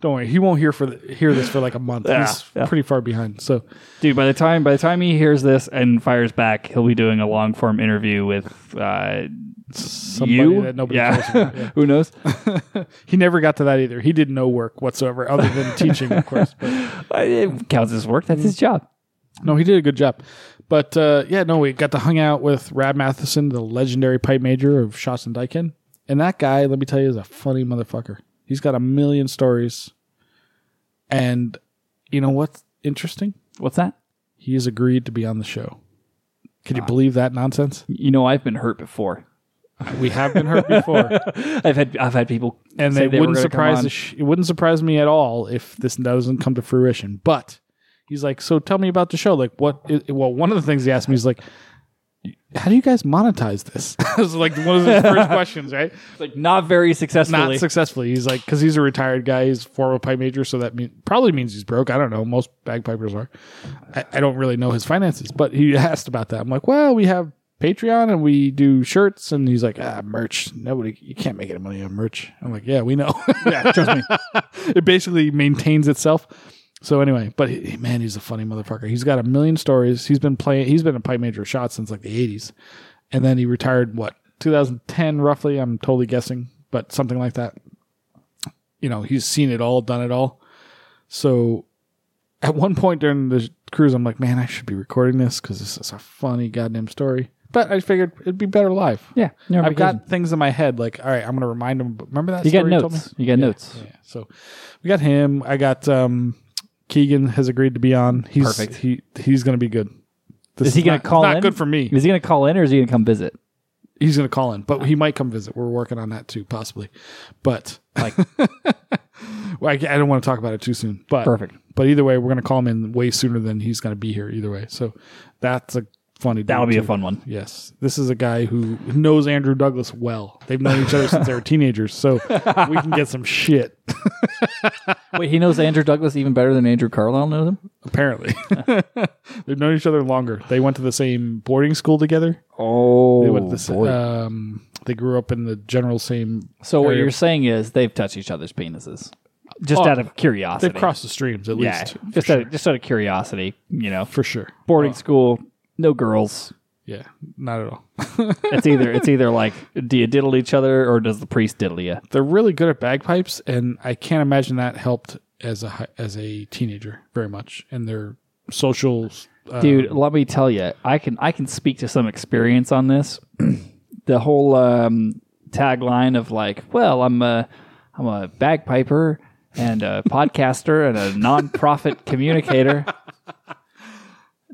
B: Don't worry, he won't hear for the, hear this for like a month. He's
A: yeah.
B: pretty far behind. So (laughs)
A: Dude, by the time by the time he hears this and fires back, he'll be doing a long form interview with uh,
B: somebody
A: you.
B: that nobody
A: yeah.
B: cares about.
A: (laughs) who knows?
B: He never got to that either. He did no work whatsoever, other (laughs) than teaching, of course. But
A: it counts as work. That's his
B: Mm-hmm.
A: job.
B: No, he did a good job. But uh, yeah, no, we got to hung out with Rad Matheson, the legendary pipe major of Shots and Daikin. And that guy, let me tell you, is a funny motherfucker. He's got a million stories. And you know what's interesting?
A: What's that?
B: He has agreed to be on the show. Can you believe that nonsense?
A: You know, I've been hurt before.
B: We have been hurt (laughs) before,
A: I've had I've had people
B: and
A: say
B: it
A: they were
B: wouldn't
A: gonna come
B: surprise
A: on.
B: the sh- it wouldn't surprise me at all if this doesn't come to fruition. But he's like, so tell me about the show. Like, what? i- well, one of the things he asked me is like, how do you guys monetize this? (laughs) It was like one of
A: (laughs)
B: his first questions, right?
A: like not very successfully.
B: Not successfully. He's like, because he's a retired guy. He's a former pipe major, so that mean, probably means he's broke. I don't know. Most bagpipers are. I, I don't really know his finances, but he asked about that. I'm like, well, we have Patreon and we do shirts, and he's like, ah, merch. Nobody, you can't make any money on merch. I'm like, yeah, we know. (laughs) yeah, trust me. (laughs) it basically maintains itself. So anyway, but he, man, he's a funny motherfucker. He's got a million stories. He's been playing. He's been a pipe major shot since like the 80s and then he retired what 2010 roughly i'm totally guessing but something like that you know he's seen it all done it all so at one point during the cruise i'm like man i should be recording this because this is a funny goddamn story but i figured it'd be better live
A: yeah, no,
B: i've
A: because
B: got things in my head like all right i'm gonna remind him remember that
A: you got
B: story told me?
A: notes. You got notes.
B: Yeah. So we got him. I got um Keegan has agreed to be on. He's
A: Perfect.
B: he he's gonna be good. This
A: Is he gonna
B: not-
A: call
B: Not
A: in?
B: good for me.
A: Is he going to call in or is he going to come visit?
B: He's gonna call in, but he might come visit. We're working on that too, possibly. But (laughs)
A: Like
B: well, I, I don't want to talk about it too soon. But
A: Perfect.
B: But either way, we're gonna call him in way sooner than he's gonna be here. Either way, so that's a funny.
A: that'll
B: dude,
A: be a
B: too.
A: fun one.
B: Yes, this is a guy who knows Andrew Douglas well. They've known each
A: (laughs)
B: other since they were teenagers, so we can get some shit.
A: Wait, he knows Andrew Douglas even better than Andrew Carlisle knows him.
B: apparently. (laughs) They've known each other longer. They went to the same boarding school together.
A: Oh,
B: They went to the same, um, they grew up in the general same.
A: So what
B: area.
A: you're saying is they've touched each other's penises, just
B: Oh,
A: out of curiosity.
B: they've crossed the streams at
A: yeah,
B: least for
A: just
B: sure. Oh.
A: out of, just out of curiosity, you know.
B: for sure.
A: Boarding school, no girls.
B: Yeah, not at all.
A: It's either it's either like do you diddle each other or does the priest diddle you?
B: They're really good at bagpipes, and I can't imagine that helped as a hi- as a teenager very much. And their social uh,
A: Dude, let me tell you, I can I can speak to some experience on this. (clears throat) the whole um, tagline of like, well, I'm a I'm a
B: (laughs)
A: bagpiper and a podcaster and a nonprofit communicator.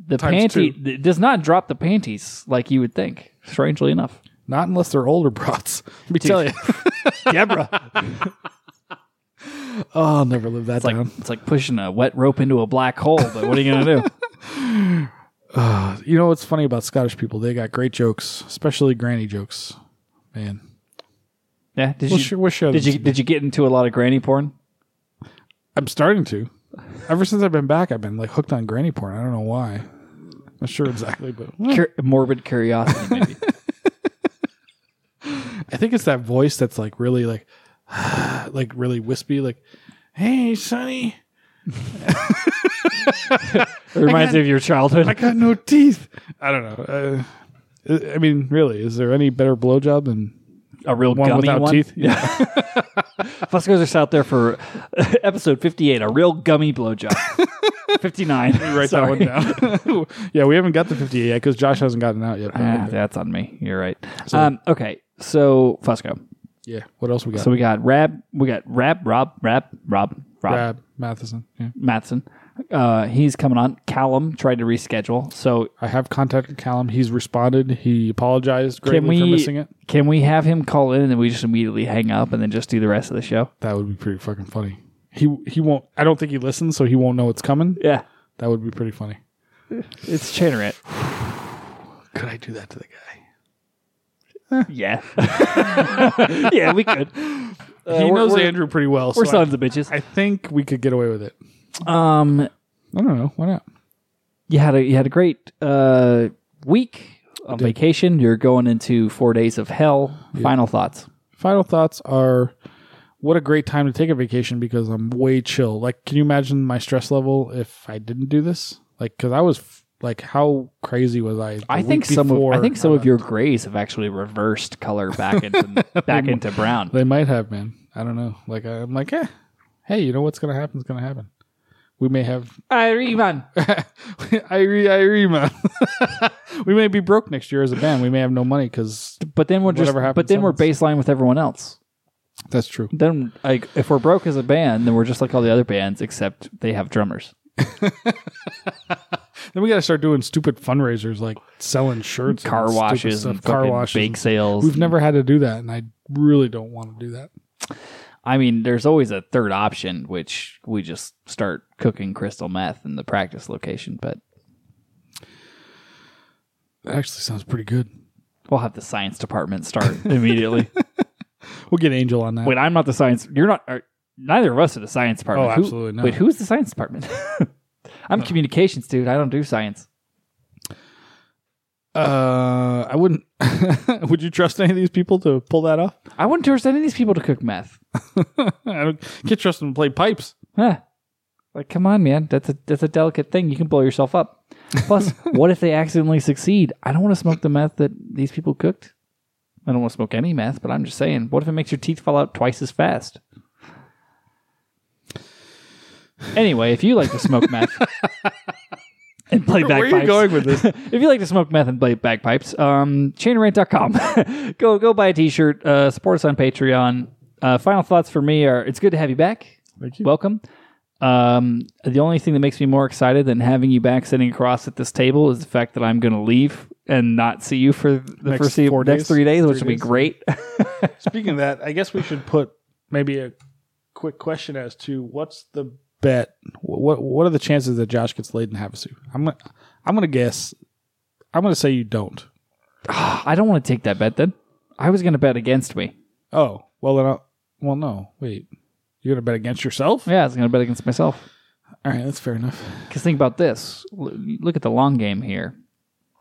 A: the
B: Times
A: panty it does not drop the panties like you would think. Strangely enough,
B: Not unless they're older (laughs) brats. Let me tell you.
A: Deborah,
B: (laughs) Oh, I'll never live that
A: it's like (laughs) it's like pushing a wet rope into a black hole. But what are you
B: (laughs)
A: gonna do?
B: you know what's funny about Scottish people? They got great jokes, especially granny jokes. Man,
A: Yeah, did
B: we'll
A: you
B: sh- we'll show
A: did
B: them
A: you did you get into a lot of granny
B: (laughs)
A: porn?
B: I'm starting to. Ever since I've been back, I've been like hooked on granny porn. I don't know why. Not sure exactly, but
A: Cur- morbid curiosity, maybe.
B: I think it's that voice that's like really like, (sighs) like really wispy. Like, hey, Sonny,
A: It reminds me of your childhood.
B: I got no teeth. I don't know. Uh, I- I mean, really, is there any better blowjob than
A: a real
B: one
A: gummy
B: without
A: one.
B: teeth? (laughs) Yeah.
A: Fusco's just out there for (laughs) episode 58, a real gummy (laughs) blowjob. 59.
B: write
A: Sorry.
B: that one down. (laughs) yeah, we haven't got the 58 yet because Josh hasn't gotten out yet. but
A: (laughs) Ah,
B: okay.
A: that's on me. You're right. Um, okay, so Fusco.
B: Yeah. What else we got?
A: So we got Rab, we got Rab, Rob, Rab, Rob, Rob
B: Brad Matheson. Yeah.
A: Matheson. Uh, he's coming on. Callum tried to reschedule. So
B: I have contacted Callum. He's responded. He apologized greatly
A: can
B: for
A: we
B: missing it.
A: can we have him call in and then we just immediately hang up and then just do the rest of the show?
B: That would be pretty fucking funny. He he won't. I don't think he listens, so he won't know it's coming.
A: Yeah,
B: That would be pretty funny.
A: it's Channerant. (laughs)
B: Could I do that to the guy?
A: yeah, (laughs) yeah, we could. Uh,
B: he
A: we're-
B: knows
A: we're-
B: Andrew pretty well.
A: We're
B: so
A: sons of bitches.
B: I, I think we could get away with it.
A: Um,
B: I don't know. Why not?
A: you had a you had a great uh, week on vacation. You're going into four days of hell. Final thoughts.
B: Final thoughts are: What a great time to take a vacation because I'm way chill. Like, can you imagine my stress level if I didn't do this? Like, because I was f- like, how crazy was I? the
A: I
B: week
A: think some of
B: before?
A: I think some of your grays have actually reversed color back
B: (laughs)
A: into back into brown.
B: They might have, man. I don't know. Like I'm like, eh, hey, you know what's gonna happen is gonna happen. We may have (laughs)
A: Ireman.
B: Irie Irima. (laughs) we may be broke next year as a band. We may have no money because
A: But then we're just
B: Whatever happens,
A: but then we're baseline with everyone else.
B: that's true.
A: Then like if we're broke as a band, then we're just like all the other bands except they have drummers.
B: Then we got to start doing stupid fundraisers like selling shirts, and
A: Car
B: stupid
A: washes
B: stuff,
A: and car washes, bake sales.
B: We've never had to do that, and I really don't want to do that.
A: I mean, there's always a third option, which we just start cooking crystal meth in the practice location, but
B: That actually sounds pretty good.
A: We'll have the science department start
B: (laughs)
A: immediately.
B: We'll get Angel on that.
A: Wait, I'm not the science. You're not. Are, neither of us are the science department.
B: Oh,
A: Who-
B: absolutely not.
A: Wait, who's the science department? (laughs) I'm communications, dude. I don't do science.
B: Uh, I wouldn't. (laughs) Would you trust any of these people to pull that off? (laughs)
A: I wouldn't trust any of these people to cook meth.
B: I don't, can't trust them to play pipes.
A: Huh. Like, come on, man. That's a that's a delicate thing. You can blow yourself up.
B: (laughs)
A: Plus, what if they accidentally succeed? I don't want to smoke the meth that these people cooked. I don't want to smoke any meth, but I'm just saying, what if it makes your teeth fall out twice as fast? Anyway, if you like to smoke
B: (laughs)
A: meth and play
B: Where
A: bagpipes,
B: are you going with
A: (laughs)
B: this?
A: if you like to smoke meth and play bagpipes, um, chainrant.com. (laughs) go go buy a t-shirt. Uh, support us on Patreon. Uh, final thoughts for me are: it's good to have you back.
B: Thank you.
A: Welcome. Um, the only thing that makes me more excited than having you back sitting across at this table is the fact that I'm going to leave and not see you for the
B: Next
A: first few-
B: four
A: next
B: days?
A: three days, which
B: Three
A: will be
B: days?
A: great.
B: Speaking of that, I guess we should put maybe a quick question as to what's the bet? What what are the chances that Josh gets laid in Havasu? I'm gonna I'm gonna guess. I'm gonna say you don't.
A: I don't want to take that bet then. I was going to bet against me.
B: Oh well then. I'll, well no wait. You're gonna bet against yourself?
A: Yeah, I was going to bet against myself.
B: All right, that's fair enough.
A: Because think about this. L- look at the long game here.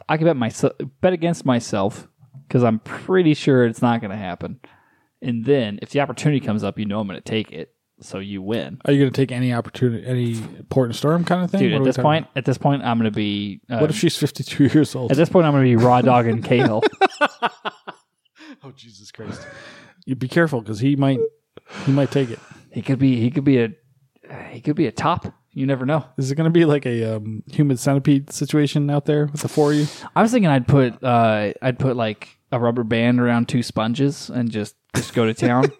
A: I could bet myself, bet against myself, because I'm pretty sure it's not going to happen. And then if the opportunity comes up, you know I'm going to take it, so you win.
B: Are you gonna take any opportunity, any port and storm kind of thing?
A: Dude,
B: What
A: at
B: are we
A: this
B: talking
A: point, at this point, I'm going to be. Uh,
B: about? what if she's 52 (laughs) years old?
A: At this point, I'm going to be raw dog and Cahill.
B: oh Jesus Christ! you be careful because he might he might take it.
A: He could be. He could be a. He could be a top. You never know.
B: Is it going to be like a um, human centipede situation out there with the four of you?
A: I was thinking I'd put. Uh, I'd put like a (laughs) rubber band around two sponges and just just go to town.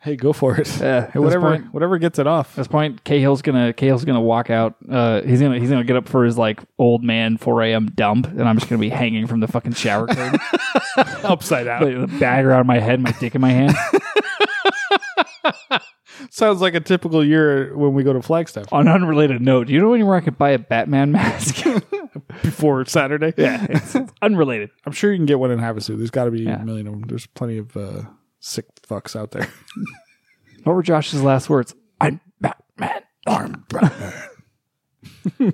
B: Hey, go for it.
A: Yeah, at this
B: whatever,
A: point-
B: whatever gets it off.
A: At this point, Cahill's gonna Cahill's gonna walk out. Uh, he's gonna he's gonna get up for his like old man 4 a.m. dump, and I'm just gonna be hanging from the fucking shower curtain, (laughs)
B: Upside down.
A: the bag around my head, my dick in my hand.
B: Sounds like a typical year when we go to Flagstaff
A: On an unrelated note, do you know anywhere I could buy a Batman (laughs) mask?
B: before Saturday. Yeah,
A: it's, it's (laughs) unrelated.
B: I'm sure you can get one in Havasu. There's got to be
A: Yeah.
B: a million of them. There's plenty of uh, sick fucks out there.
A: What were Josh's last words? I'm Batman. Armed.
B: Do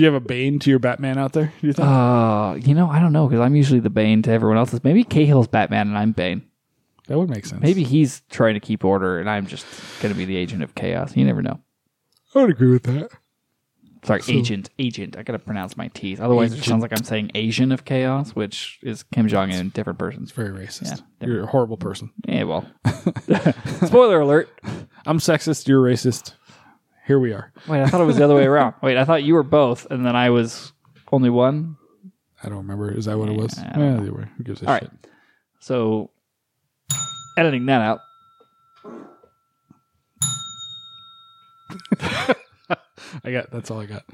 B: you have a Bane to your Batman out there? Do you think?
A: Uh, you know, I don't know because I'm usually the Bane to everyone else's. Maybe Cahill's Batman and I'm Bane.
B: that would make sense.
A: Maybe he's trying to keep order and I'm just going to be the agent of chaos. You never know.
B: I would agree with that.
A: Sorry, agent, agent. I got to pronounce my T's. Otherwise, it sounds like I'm saying Asian of chaos, which is Kim Jong un, different persons.
B: Very racist.
A: Yeah.
B: You're a horrible person.
A: Yeah, well. Spoiler alert.
B: I'm sexist. You're racist. Here we are.
A: Wait, I thought it was the other way around. Wait, I thought you were both and then I was only one.
B: I don't remember. Is that what it was?
A: Yeah, I
B: Yeah,
A: don't
B: either way, who gives a
A: All right.
B: shit?
A: So, editing that out.
B: I got. That's all I got.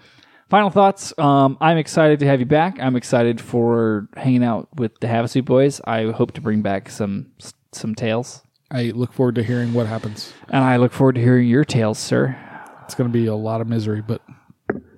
A: Final thoughts. Um, I'm excited to have you back. I'm excited for hanging out with the Havasu boys. I hope to bring back some some tales,
B: I look forward to hearing what happens.
A: and I look forward to hearing your tales, sir.
B: It's going to be a lot of misery, but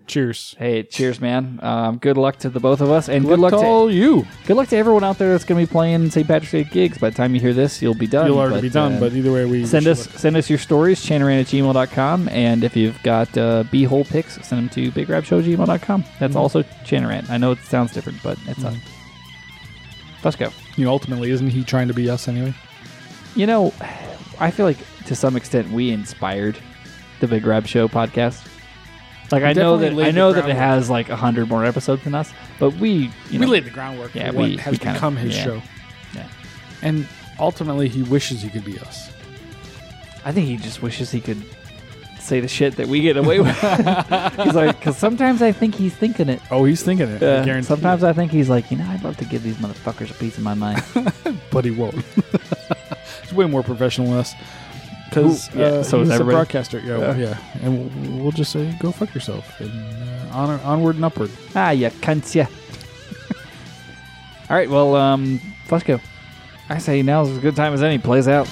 B: cheers.
A: Hey, cheers, man. Um, good luck to the both of us, and good, luck
B: to
A: to
B: all you.
A: good luck to everyone out there that's going to be playing St. Patrick's Day gigs. By the time you hear this, you'll be done.
B: You'll already be done,
A: uh,
B: but either way, we
A: Send us send us your stories, channeran at gmail.com. And if you've got uh, b-hole pics, send them to bigrabshowgmail.com. That's
B: Mm-hmm.
A: also channeran. I know it sounds different, but it's us. Let's go.
B: You know, ultimately, isn't he trying to be us anyway?
A: You know, I feel like to some extent we inspired the Big Rab Show podcast. Like I know
B: definitely
A: that
B: laid
A: I
B: the
A: know that it
B: groundwork.
A: has like a hundred more episodes than us, but we you know
B: we laid the groundwork
A: Yeah,
B: for what
A: we-
B: has
A: we kind of-
B: become his
A: yeah.
B: show,
A: yeah.
B: and ultimately, he wishes he could be us.
A: I think he just wishes he could say the shit that we get away
B: (laughs)
A: with. He's like, because sometimes I think he's thinking it.
B: Oh, he's thinking it.
A: Yeah.
B: I guarantee.
A: Sometimes I think he's like, you know, I'd love to give these motherfuckers a piece of my
B: (laughs)
A: mind.
B: it, but he won't. (laughs) he's way more
A: (laughs)
B: professional than us. Because
A: Ooh, yeah, so is
B: uh, he's a
A: everybody.
B: broadcaster. Yeah, well, yeah. And w- we'll just say, go fuck yourself, and uh, on, onward and upward.
A: ah, you cunts, (laughs) ya. All right, well, um, Fusco, I say now's as good time as any. Plays out.